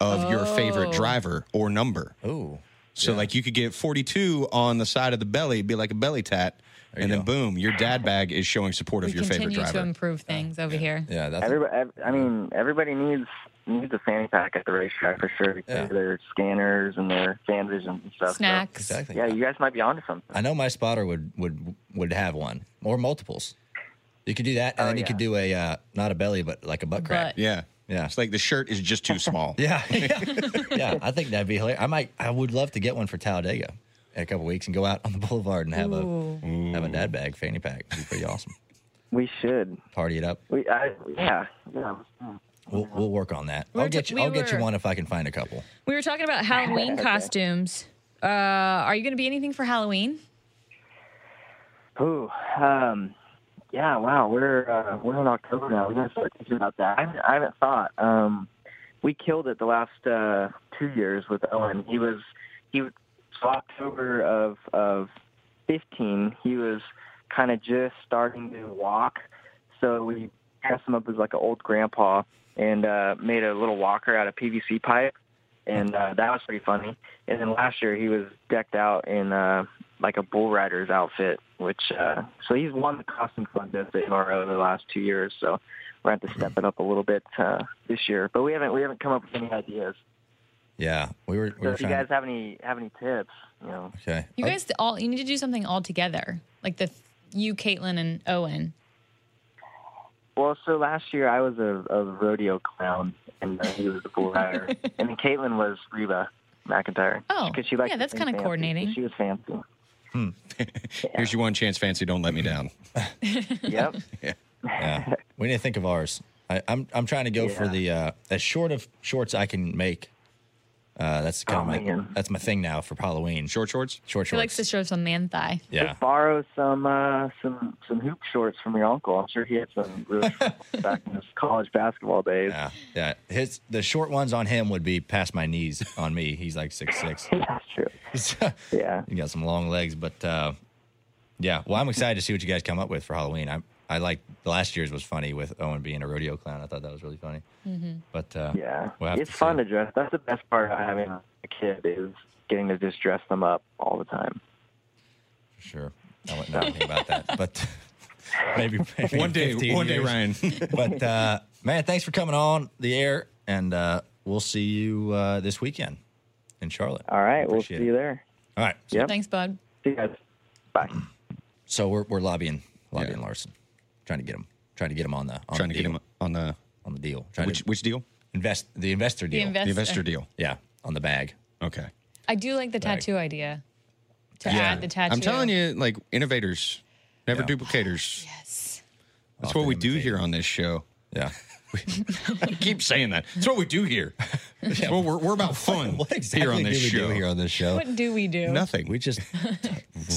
Speaker 6: of your favorite
Speaker 3: Oh.
Speaker 6: driver or number.
Speaker 5: Ooh,
Speaker 6: So like you could get 42 on the side of the belly, be like a belly tat, and
Speaker 5: you
Speaker 6: then
Speaker 5: go.
Speaker 6: boom, your dad bag is showing support of
Speaker 3: we
Speaker 6: your favorite
Speaker 3: continue to
Speaker 6: driver.
Speaker 3: improve things over here.
Speaker 5: yeah. That's
Speaker 7: Everybody, ev- I mean, everybody needs needs a fanny pack at the racetrack for sure. because
Speaker 5: Yeah.
Speaker 7: of Their scanners and their fan vision and stuff. So,
Speaker 3: Snacks.
Speaker 5: exactly.
Speaker 7: yeah, you guys might be onto something.
Speaker 5: I know my spotter would would would have one or multiples. You could do that, and then you
Speaker 7: Oh, yeah.
Speaker 5: could do a uh, not a belly, but like a butt crack.
Speaker 3: But
Speaker 6: yeah.
Speaker 5: Yeah.
Speaker 6: It's like the shirt is just too small.
Speaker 5: Yeah, yeah, yeah. I think that'd be hilarious. I might. I would love to get one for Talladega in a couple weeks and go out on the boulevard and have
Speaker 3: Ooh.
Speaker 5: a
Speaker 6: Mm.
Speaker 5: have a dad bag fanny pack. It'd be pretty awesome.
Speaker 7: We should.
Speaker 5: Party it up.
Speaker 7: We, I, yeah, yeah.
Speaker 5: We'll, we'll work on that.
Speaker 3: We were
Speaker 5: I'll get
Speaker 3: ta-
Speaker 5: you.
Speaker 3: we
Speaker 5: I'll get you
Speaker 3: were-
Speaker 5: one if I can find a couple.
Speaker 3: we were talking about Halloween costumes. Uh, are you going to be anything for Halloween?
Speaker 7: Ooh, um, yeah. Wow, we're uh, we're in October now. We gotta start thinking about that. I haven't, I haven't thought. Um, we killed it the last uh, two years with Owen. He was he was- so October of of fifteen. He was kind of just starting to walk, so we dressed him up as like an old grandpa and uh, made a little walker out of PVC pipe, and uh, that was pretty funny. And then last year he was decked out in uh, like a bull rider's outfit, which uh, so he's won the costume contest at MRO the last two years. So we're going to have to step it up a little bit uh, this year, but we haven't we haven't come up with any ideas.
Speaker 5: Yeah, we were. We
Speaker 7: So
Speaker 5: were
Speaker 7: if you
Speaker 5: trying.
Speaker 7: guys have any have any tips, you know,
Speaker 5: okay.
Speaker 3: You guys all you need to do something all together, like the you, Caitlin, and Owen.
Speaker 7: Well, so last year I was a, a rodeo clown, and uh, he was the bull rider, and then Caitlin was Reba McIntyre.
Speaker 3: Oh,
Speaker 7: because she liked
Speaker 3: yeah, that's
Speaker 7: to think
Speaker 3: kinda
Speaker 7: fancy, so
Speaker 3: coordinating.
Speaker 7: She was fancy.
Speaker 6: Here's your one chance, fancy. Don't let me down.
Speaker 7: Yep.
Speaker 5: Yeah. we need to think of ours. I, I'm I'm trying to go for
Speaker 7: Yeah.
Speaker 5: the uh, as short of shorts I can make. Uh, that's kind
Speaker 7: Oh,
Speaker 5: of my
Speaker 7: man.
Speaker 5: that's my thing now for Halloween. Short
Speaker 6: Short shorts.
Speaker 5: short
Speaker 3: She likes
Speaker 5: shorts.
Speaker 3: to show some man thigh.
Speaker 5: yeah.
Speaker 7: Just borrow some uh, some some hoop shorts from your uncle. I'm sure he had some really back in his college basketball days.
Speaker 5: Yeah, yeah. His the short ones on him would be past my knees. On me, he's like six six.
Speaker 7: that's true. Yeah.
Speaker 5: you got some long legs, but uh, yeah. Well, I'm excited to see what you guys come up with for Halloween. I I like last year's was funny with Owen being a rodeo clown. I thought that was really funny.
Speaker 3: Mm-hmm.
Speaker 5: But uh,
Speaker 7: Yeah,
Speaker 5: we'll have
Speaker 7: it's
Speaker 5: to
Speaker 7: fun
Speaker 5: see.
Speaker 7: to dress. That's the best part of having a kid is getting to just dress them up all the time.
Speaker 5: for sure. I wouldn't know anything about that, but maybe, maybe in
Speaker 6: One day,
Speaker 5: 15
Speaker 6: one day,
Speaker 5: years.
Speaker 6: Ryan.
Speaker 5: But uh, man, thanks for coming on the air, and uh, we'll see you uh, this weekend in Charlotte.
Speaker 7: All right, we'll see
Speaker 5: Appreciate
Speaker 7: you
Speaker 5: it.
Speaker 7: there.
Speaker 5: All right.
Speaker 7: Yep.
Speaker 3: Thanks, bud.
Speaker 7: See you guys. Bye.
Speaker 5: So we're we're lobbying lobbying
Speaker 6: Yeah.
Speaker 5: Larson, trying to get him trying to get him on the on
Speaker 6: Trying
Speaker 5: the
Speaker 6: to get
Speaker 5: deal,
Speaker 6: him on the
Speaker 5: on the deal, trying
Speaker 6: which
Speaker 5: to
Speaker 6: which deal?
Speaker 5: invest the investor
Speaker 3: The
Speaker 5: deal,
Speaker 6: The
Speaker 3: investor.
Speaker 6: investor deal.
Speaker 5: yeah, on the bag.
Speaker 6: Okay.
Speaker 3: I do like the tattoo idea. To add the tattoo.
Speaker 6: I'm telling you, like innovators, never duplicators.
Speaker 3: Yes.
Speaker 6: That's what we do here on this show.
Speaker 5: Yeah,
Speaker 6: I keep saying that. That's what we do here. That's what we're, we're about fun
Speaker 5: what exactly
Speaker 6: here on this
Speaker 5: do we
Speaker 6: show.
Speaker 5: do here on this show?
Speaker 3: What do we do?
Speaker 6: Nothing.
Speaker 5: We
Speaker 6: We,
Speaker 5: just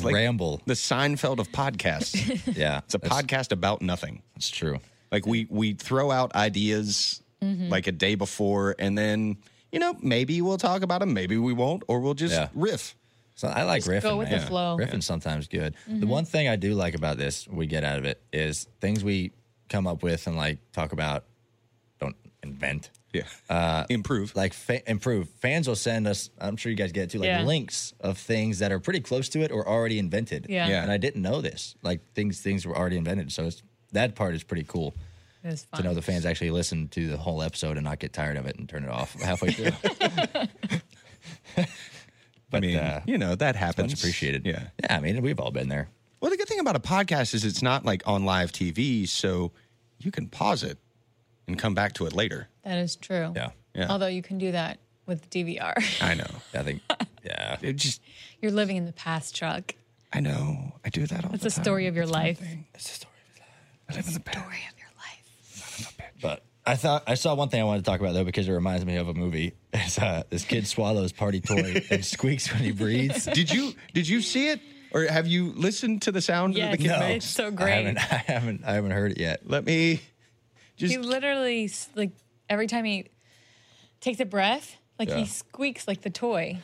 Speaker 6: like-
Speaker 5: ramble.
Speaker 6: the Seinfeld of podcasts.
Speaker 5: Yeah,
Speaker 6: It's a podcast about nothing.
Speaker 5: It's true.
Speaker 6: Like we we throw out ideas
Speaker 3: Mm-hmm.
Speaker 6: like a day before, and then you know maybe we'll talk about them, maybe we won't, or we'll just
Speaker 5: Yeah.
Speaker 6: riff.
Speaker 5: So I like riffing.
Speaker 3: go with the
Speaker 5: man.
Speaker 3: Yeah. flow. Mm-hmm.
Speaker 5: Riffing's sometimes good. The one thing I do like about this, we get out of it, is things we come up with and like talk about. Don't invent.
Speaker 6: Yeah. Uh, Improve.
Speaker 5: like fa- improve. Fans will send us. I'm sure you guys get it too. Like
Speaker 3: Yeah.
Speaker 5: links of things that are pretty close to it or already invented.
Speaker 3: Yeah. Yeah.
Speaker 5: And I didn't know this. Like things things were already invented. So it's that part is pretty cool
Speaker 3: It was fun.
Speaker 5: to know the fans actually listen to the whole episode and not get tired of it and turn it off halfway through.
Speaker 6: I mean,
Speaker 5: uh,
Speaker 6: you know that happens.
Speaker 5: Much appreciated.
Speaker 6: Yeah.
Speaker 5: Yeah. I mean, we've all been there.
Speaker 6: Well, the good thing about a podcast is it's not like on live TV, so you can pause it and come back to it later.
Speaker 3: That is true.
Speaker 5: Yeah.
Speaker 6: Yeah.
Speaker 3: Although you can do that with DVR.
Speaker 6: I know.
Speaker 5: I think. Yeah.
Speaker 6: It just,
Speaker 3: You're living in the past, Chuck.
Speaker 6: I know. I do that all
Speaker 3: It's
Speaker 6: the
Speaker 3: a
Speaker 6: time.
Speaker 3: story of your life.
Speaker 5: It's a story of his life.
Speaker 6: I live in the past.
Speaker 3: Story of your life.
Speaker 5: But I thought I saw one thing I wanted to talk about though because it reminds me of a movie. It's, uh, this kid swallows party toy and squeaks when he breathes.
Speaker 6: Did you did you see it or have you listened to the sound that the kid
Speaker 3: Yes. No.
Speaker 6: makes?
Speaker 3: It's so
Speaker 5: I
Speaker 3: great.
Speaker 5: haven't, I haven't. I haven't heard it yet.
Speaker 6: Let me
Speaker 3: He
Speaker 6: just
Speaker 3: literally s- like every time he takes a breath, like
Speaker 6: Yeah.
Speaker 3: he squeaks like the toy.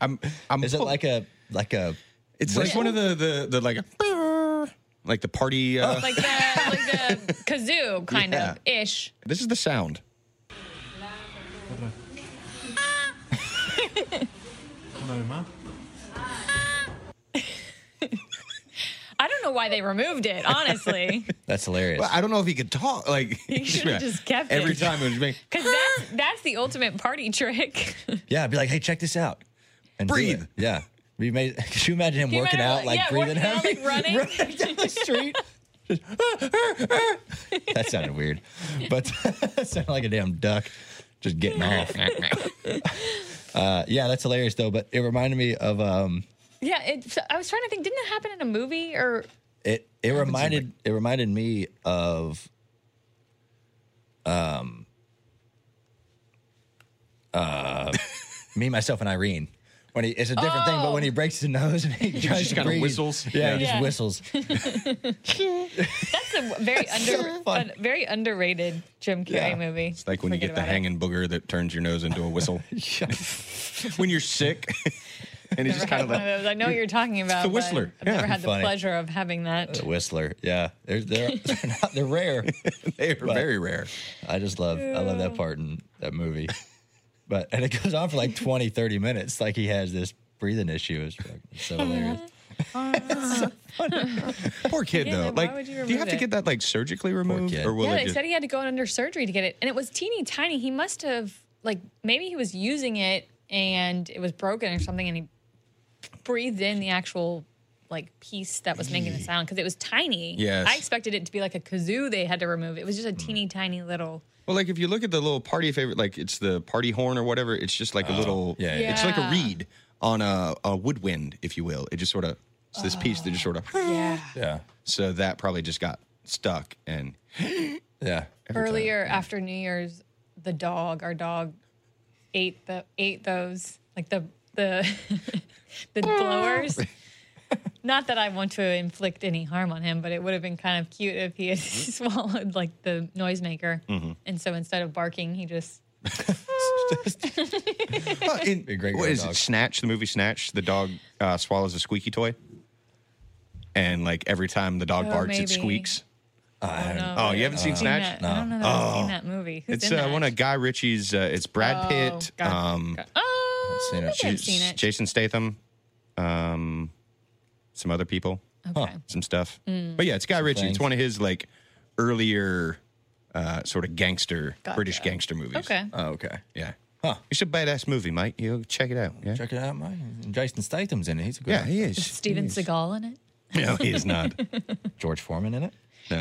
Speaker 6: I'm I'm
Speaker 5: Is it like a like a?
Speaker 6: It's like one of the the, the like a, like the party uh,
Speaker 3: Oh, Like the like the kazoo kind of ish.
Speaker 6: this is the sound.
Speaker 3: I don't know why they removed it, honestly.
Speaker 5: That's hilarious.
Speaker 6: But I don't know if he could talk like
Speaker 3: He should've just kept
Speaker 6: every
Speaker 3: it.
Speaker 6: time it was me.
Speaker 3: Because that's that's the ultimate party trick.
Speaker 5: yeah, I'd be like, hey, check this out. And do
Speaker 6: Breathe.
Speaker 5: it. Yeah. We made. Could you imagine him
Speaker 3: You
Speaker 5: working
Speaker 3: remember,
Speaker 5: out like
Speaker 3: yeah,
Speaker 5: breathing
Speaker 3: working out,
Speaker 5: heavy?
Speaker 3: like running.
Speaker 5: running down the street. Just, that sounded weird, but that sounded like a damn duck just getting off. uh, yeah, that's hilarious though. But it reminded me of um,
Speaker 3: Yeah, it, I was trying to think. Didn't it happen in a movie or
Speaker 5: it. It reminded it reminded me of um, uh, me myself and Irene. When he, it's a different thing, but when he breaks his nose and he tries
Speaker 6: Oh. just
Speaker 5: to
Speaker 6: kinda
Speaker 5: breathe,
Speaker 6: whistles.
Speaker 5: yeah, he
Speaker 3: Yeah.
Speaker 5: just whistles.
Speaker 3: that's a very under
Speaker 5: fun.
Speaker 3: un- very underrated Jim Carrey
Speaker 5: Yeah.
Speaker 3: movie.
Speaker 6: It's like when you get the hanging booger that turns your nose into a whistle. when you're sick and it's just kind of
Speaker 3: one of
Speaker 6: like
Speaker 3: those. I know what you're talking about.
Speaker 6: the
Speaker 3: but
Speaker 6: Whistler.
Speaker 3: I've
Speaker 6: Yeah.
Speaker 3: never had the
Speaker 5: Funny.
Speaker 3: pleasure of having that.
Speaker 5: The Whistler, yeah, they're they're, they're, not, they're rare.
Speaker 6: they are very rare.
Speaker 5: I just love I love that part in that movie. But and it goes on for like 20, 30 minutes. Like he has this breathing issue. It's, fucking- it's so
Speaker 3: Uh-huh.
Speaker 5: hilarious.
Speaker 6: Poor kid
Speaker 3: Yeah,
Speaker 6: though.
Speaker 3: like, why
Speaker 6: Like
Speaker 3: would you
Speaker 6: do you have
Speaker 3: remove
Speaker 6: to
Speaker 3: it?
Speaker 6: get that like surgically removed
Speaker 5: kid.
Speaker 6: or will
Speaker 3: yeah,
Speaker 6: it
Speaker 3: they
Speaker 6: just,
Speaker 3: said he had to go under surgery to get it, and it was teeny tiny. He must have like maybe he was using it and it was broken or something, and he breathed in the actual like piece that was making the sound because it was tiny.
Speaker 6: Yes.
Speaker 3: I expected it to be like a kazoo they had to remove. It was just a teeny tiny little.
Speaker 6: Well, like if you look at the little party favorite, like it's the party horn or whatever. It's just like a little.
Speaker 5: Oh, yeah,
Speaker 3: yeah.
Speaker 6: It's like a
Speaker 3: Yeah.
Speaker 6: reed on a, a woodwind, if you will. It just sort of it's this piece that just sort of.
Speaker 3: Oh. Yeah.
Speaker 5: Yeah.
Speaker 6: So that probably just got stuck and
Speaker 5: Yeah.
Speaker 3: Earlier after New Year's, the dog, our dog, ate the ate those like the the the blowers. Not that I want to inflict any harm on him, but it would have been kind of cute if he had swallowed like the noisemaker,
Speaker 6: Mm-hmm.
Speaker 3: and so instead of barking, he just
Speaker 6: Well, in,
Speaker 5: a great
Speaker 6: what
Speaker 5: guard
Speaker 6: is
Speaker 5: dog.
Speaker 6: it? Snatch the movie Snatch. The dog uh, swallows a squeaky toy, and like every time the dog
Speaker 3: Oh,
Speaker 6: barks,
Speaker 3: maybe.
Speaker 6: it squeaks.
Speaker 3: I don't know.
Speaker 6: oh, you haven't seen Snatch? Oh.
Speaker 3: That. I don't know that I've seen that movie. Who's
Speaker 6: It's
Speaker 3: in
Speaker 6: uh,
Speaker 3: that? Oh,
Speaker 6: one of Guy Ritchie's. Uh, it's Brad Pitt,
Speaker 3: got it,
Speaker 6: um,
Speaker 3: Oh,
Speaker 5: seen
Speaker 3: I
Speaker 5: it.
Speaker 3: think I've seen it.
Speaker 6: Jason Statham, um, some other people.
Speaker 3: Okay. Hmm.
Speaker 6: some stuff. But yeah, it's Guy Ritchie.
Speaker 5: things.
Speaker 6: It's one of his like earlier uh, sort of gangster
Speaker 3: Gotcha.
Speaker 6: British gangster movies.
Speaker 3: Okay.
Speaker 5: Oh, okay.
Speaker 6: Yeah.
Speaker 5: Huh.
Speaker 6: It's a badass movie, mate. You check it out. Yeah.
Speaker 5: Check it out, man. And Jason Statham's in it. He's a good
Speaker 6: Yeah,
Speaker 5: one.
Speaker 6: he is.
Speaker 3: Steven Seagal in it.
Speaker 6: No, he is not.
Speaker 5: George Foreman in it.
Speaker 6: No.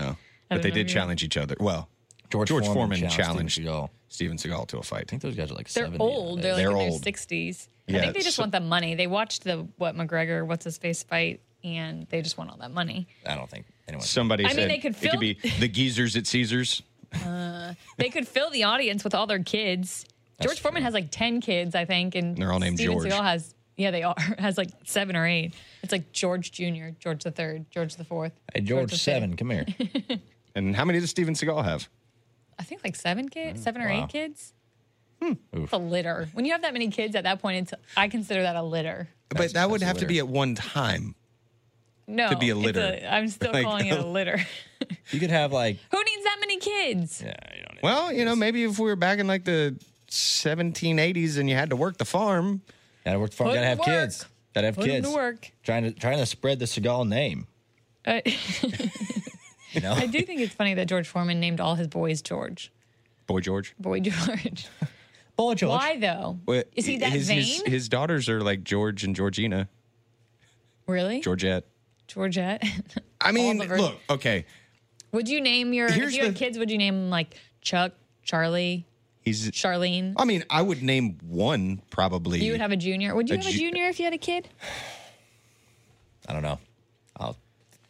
Speaker 3: I
Speaker 6: But
Speaker 3: don't
Speaker 6: they
Speaker 3: know
Speaker 6: did
Speaker 3: if you-
Speaker 6: challenge each other. Well,
Speaker 5: George,
Speaker 6: George Foreman
Speaker 5: challenged
Speaker 6: challenged-
Speaker 5: Steven Seagal. I
Speaker 6: Steven Seagal to a fight.
Speaker 5: think those guys are like
Speaker 3: They're
Speaker 5: 70
Speaker 3: old. They're like
Speaker 6: They're
Speaker 3: in their
Speaker 6: old.
Speaker 3: sixties.
Speaker 6: Yeah,
Speaker 3: I think they
Speaker 6: it's
Speaker 3: just
Speaker 6: so-
Speaker 3: want the money. They watched the what McGregor, what's his face fight, and they just want all that money.
Speaker 5: I don't think anyone.
Speaker 6: Somebody
Speaker 3: I mean,
Speaker 6: said
Speaker 3: they could
Speaker 6: it
Speaker 3: fill-
Speaker 6: could be the geezers at Caesars.
Speaker 3: They could fill the audience with all their kids. George Foreman has like ten kids, I think, and
Speaker 6: They're all named
Speaker 3: Steven
Speaker 6: George.
Speaker 3: Seagal has yeah, they are has like seven or eight. It's like George Junior, George the Third, George the Fourth,
Speaker 5: Hey, George
Speaker 3: the Fifth.
Speaker 5: Seven, come here.
Speaker 6: And how many does Steven Seagal have?
Speaker 3: I think like seven
Speaker 6: Mm,
Speaker 3: kids, seven or
Speaker 5: Wow.
Speaker 3: eight kids. Hmm. It's a litter. When you have that many kids at that point, it's I consider that a litter.
Speaker 6: but that would
Speaker 5: that's
Speaker 6: have to
Speaker 5: weird.
Speaker 6: be at one time.
Speaker 3: No,
Speaker 6: To be a
Speaker 3: it's
Speaker 6: litter.
Speaker 3: I'm still
Speaker 6: Like-
Speaker 3: calling it a litter.
Speaker 5: You could have like.
Speaker 3: Who needs that many kids?
Speaker 5: Yeah, you don't need-
Speaker 6: Well, you know, maybe if we were back in like the 1780s and you had to work the farm,
Speaker 5: gotta work the farm.
Speaker 3: Put
Speaker 5: Gotta
Speaker 3: him
Speaker 5: have
Speaker 3: to
Speaker 5: kids.
Speaker 3: work.
Speaker 5: Gotta have
Speaker 3: Put him
Speaker 5: kids.
Speaker 3: to work.
Speaker 5: Trying to trying to spread the Seagal name.
Speaker 3: Uh,
Speaker 5: You know.
Speaker 3: I do think it's funny that George Foreman named all his boys George.
Speaker 6: boy George.
Speaker 3: Boy George.
Speaker 5: Boy, George.
Speaker 3: Why though?
Speaker 6: Well,
Speaker 3: Is he that
Speaker 6: his,
Speaker 3: vain?
Speaker 6: His, his daughters are like George and Georgina,
Speaker 3: really?
Speaker 6: Georgette.
Speaker 3: Georgette.
Speaker 6: I mean,
Speaker 3: the vers-
Speaker 6: look, okay,
Speaker 3: would you name your
Speaker 6: Here's
Speaker 3: if you had
Speaker 6: the-
Speaker 3: kids, would you name them like Chuck, Charlie,
Speaker 6: He's.
Speaker 3: Charlene.
Speaker 6: I mean, I would name one probably.
Speaker 3: You would have a junior. Would you
Speaker 6: A
Speaker 3: have a
Speaker 6: ju-
Speaker 3: junior if you had a kid?
Speaker 5: I don't know. I'll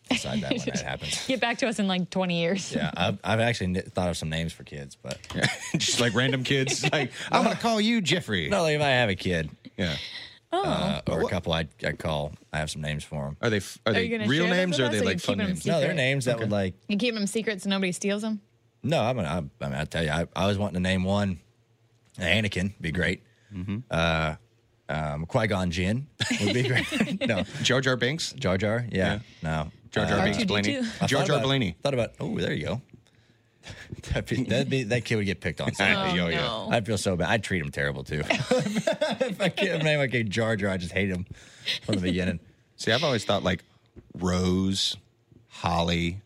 Speaker 5: decide that when that happens.
Speaker 3: Get back to us in like 20 years.
Speaker 5: Yeah, I've, I've actually n- thought of some names for kids, but
Speaker 6: just like random kids. like I'm gonna call you Jeffrey.
Speaker 5: no, like if I have a kid
Speaker 6: Yeah.
Speaker 5: uh, or a couple, I I call. I have some names for them.
Speaker 6: Are they f- are,
Speaker 3: you
Speaker 6: they
Speaker 3: gonna
Speaker 6: real
Speaker 3: share them
Speaker 6: names
Speaker 3: with
Speaker 6: or are
Speaker 3: us
Speaker 6: they
Speaker 3: or you
Speaker 6: like fun
Speaker 3: keeping 'em
Speaker 6: names?
Speaker 3: secret?
Speaker 5: No, they're names that would like.
Speaker 3: You keep them secret so nobody steals them?
Speaker 5: No, I'm gonna. I, I mean, I tell you, I, I was wanting to name one. Anakin be great.
Speaker 6: Mm-hmm.
Speaker 5: Uh, um, Qui Gon Jinn would be great. no,
Speaker 6: Jar Jar Binks,
Speaker 5: Jar Jar. Yeah, no.
Speaker 6: Jar Jar
Speaker 5: Uh,
Speaker 6: Binks, Blaney,
Speaker 3: R2D2.
Speaker 5: I
Speaker 6: Jar
Speaker 5: thought
Speaker 6: Jar
Speaker 5: about-
Speaker 6: Blaney.
Speaker 5: Thought about. Oh, there you go. That'd be, that'd be, that kid would get picked on. so
Speaker 6: Oh,
Speaker 3: Oh,
Speaker 6: yo, yo.
Speaker 3: no.
Speaker 5: I'd feel so bad. I'd treat him terrible too. if I can't name like a Jar Jar, I just hate him from the beginning.
Speaker 6: See, I've always thought like Rose, Holly.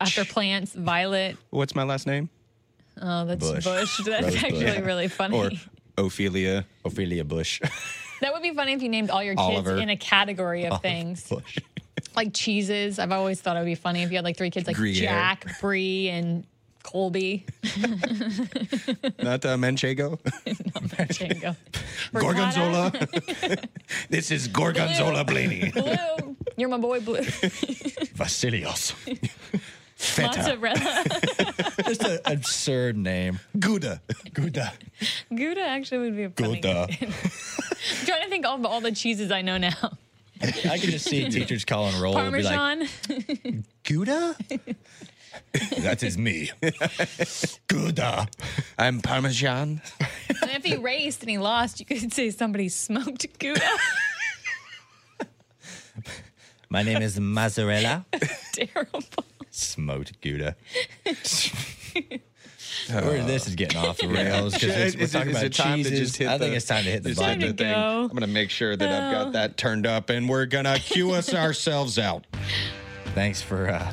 Speaker 3: After plants, Violet.
Speaker 6: What's my last name?
Speaker 3: Oh, that's
Speaker 5: Bush.
Speaker 3: Bush. That's
Speaker 5: Rose Bush.
Speaker 3: actually
Speaker 5: Yeah.
Speaker 3: really funny.
Speaker 6: Or Ophelia.
Speaker 5: Ophelia Bush.
Speaker 3: that would be funny if you named all your kids
Speaker 6: Oliver.
Speaker 3: in a category of things.
Speaker 5: Bush.
Speaker 3: Like cheeses. I've always thought it would be funny if you had like three kids like
Speaker 6: Gruyere.
Speaker 3: Jack, Bree, and Colby.
Speaker 6: Not uh, Manchego.
Speaker 3: Django.
Speaker 6: Gorgonzola. this is Gorgonzola Blaney.
Speaker 3: Blue. You're my boy, Blue.
Speaker 5: Vasilios.
Speaker 6: Feta.
Speaker 3: Mozzarella.
Speaker 5: Just an absurd name.
Speaker 6: Gouda.
Speaker 5: Gouda.
Speaker 3: Gouda actually would be a funny
Speaker 6: Gouda.
Speaker 3: I'm trying to think of all the cheeses I know now.
Speaker 5: I can just see teachers calling roll and be like,
Speaker 3: Parmesan.
Speaker 5: Gouda? that is me. Gouda.
Speaker 6: I'm Parmesan.
Speaker 3: and if he raced and he lost, you could say somebody smoked Gouda.
Speaker 5: My name is Mozzarella.
Speaker 3: Terrible.
Speaker 5: Smoked Gouda. Where this is getting off the rails because
Speaker 6: Is
Speaker 5: we're
Speaker 6: it-
Speaker 5: talking
Speaker 6: is
Speaker 5: about
Speaker 6: it time to
Speaker 5: cheeses.
Speaker 6: just hit
Speaker 5: I think
Speaker 6: the-
Speaker 5: it's time to hit the
Speaker 6: Just hit
Speaker 5: button.
Speaker 3: Time to
Speaker 6: the thing.
Speaker 3: go.
Speaker 6: I'm gonna make sure that I've got that turned up, and we're gonna cue us ourselves out.
Speaker 5: Thanks for uh,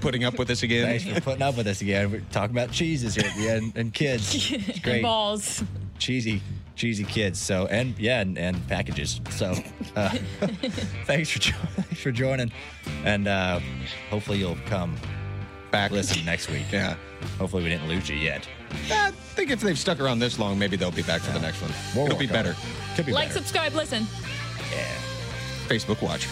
Speaker 6: Putting up with us again.
Speaker 5: thanks for putting up with us again. We're talking about cheeses here at the end and kids. It's great.
Speaker 3: Balls.
Speaker 5: cheesy cheesy kids so and yeah and, and packages so uh, thanks for jo- thanks for joining and uh hopefully you'll come
Speaker 6: Back.
Speaker 5: listen next week
Speaker 6: Yeah.
Speaker 5: hopefully we didn't lose you yet
Speaker 6: I think if they've stuck around this long, maybe they'll be back for the next one.
Speaker 5: We'll
Speaker 6: It'll be
Speaker 5: work on
Speaker 6: better.
Speaker 5: could be
Speaker 3: Like,
Speaker 5: better.
Speaker 3: subscribe, listen.
Speaker 6: Facebook Watch.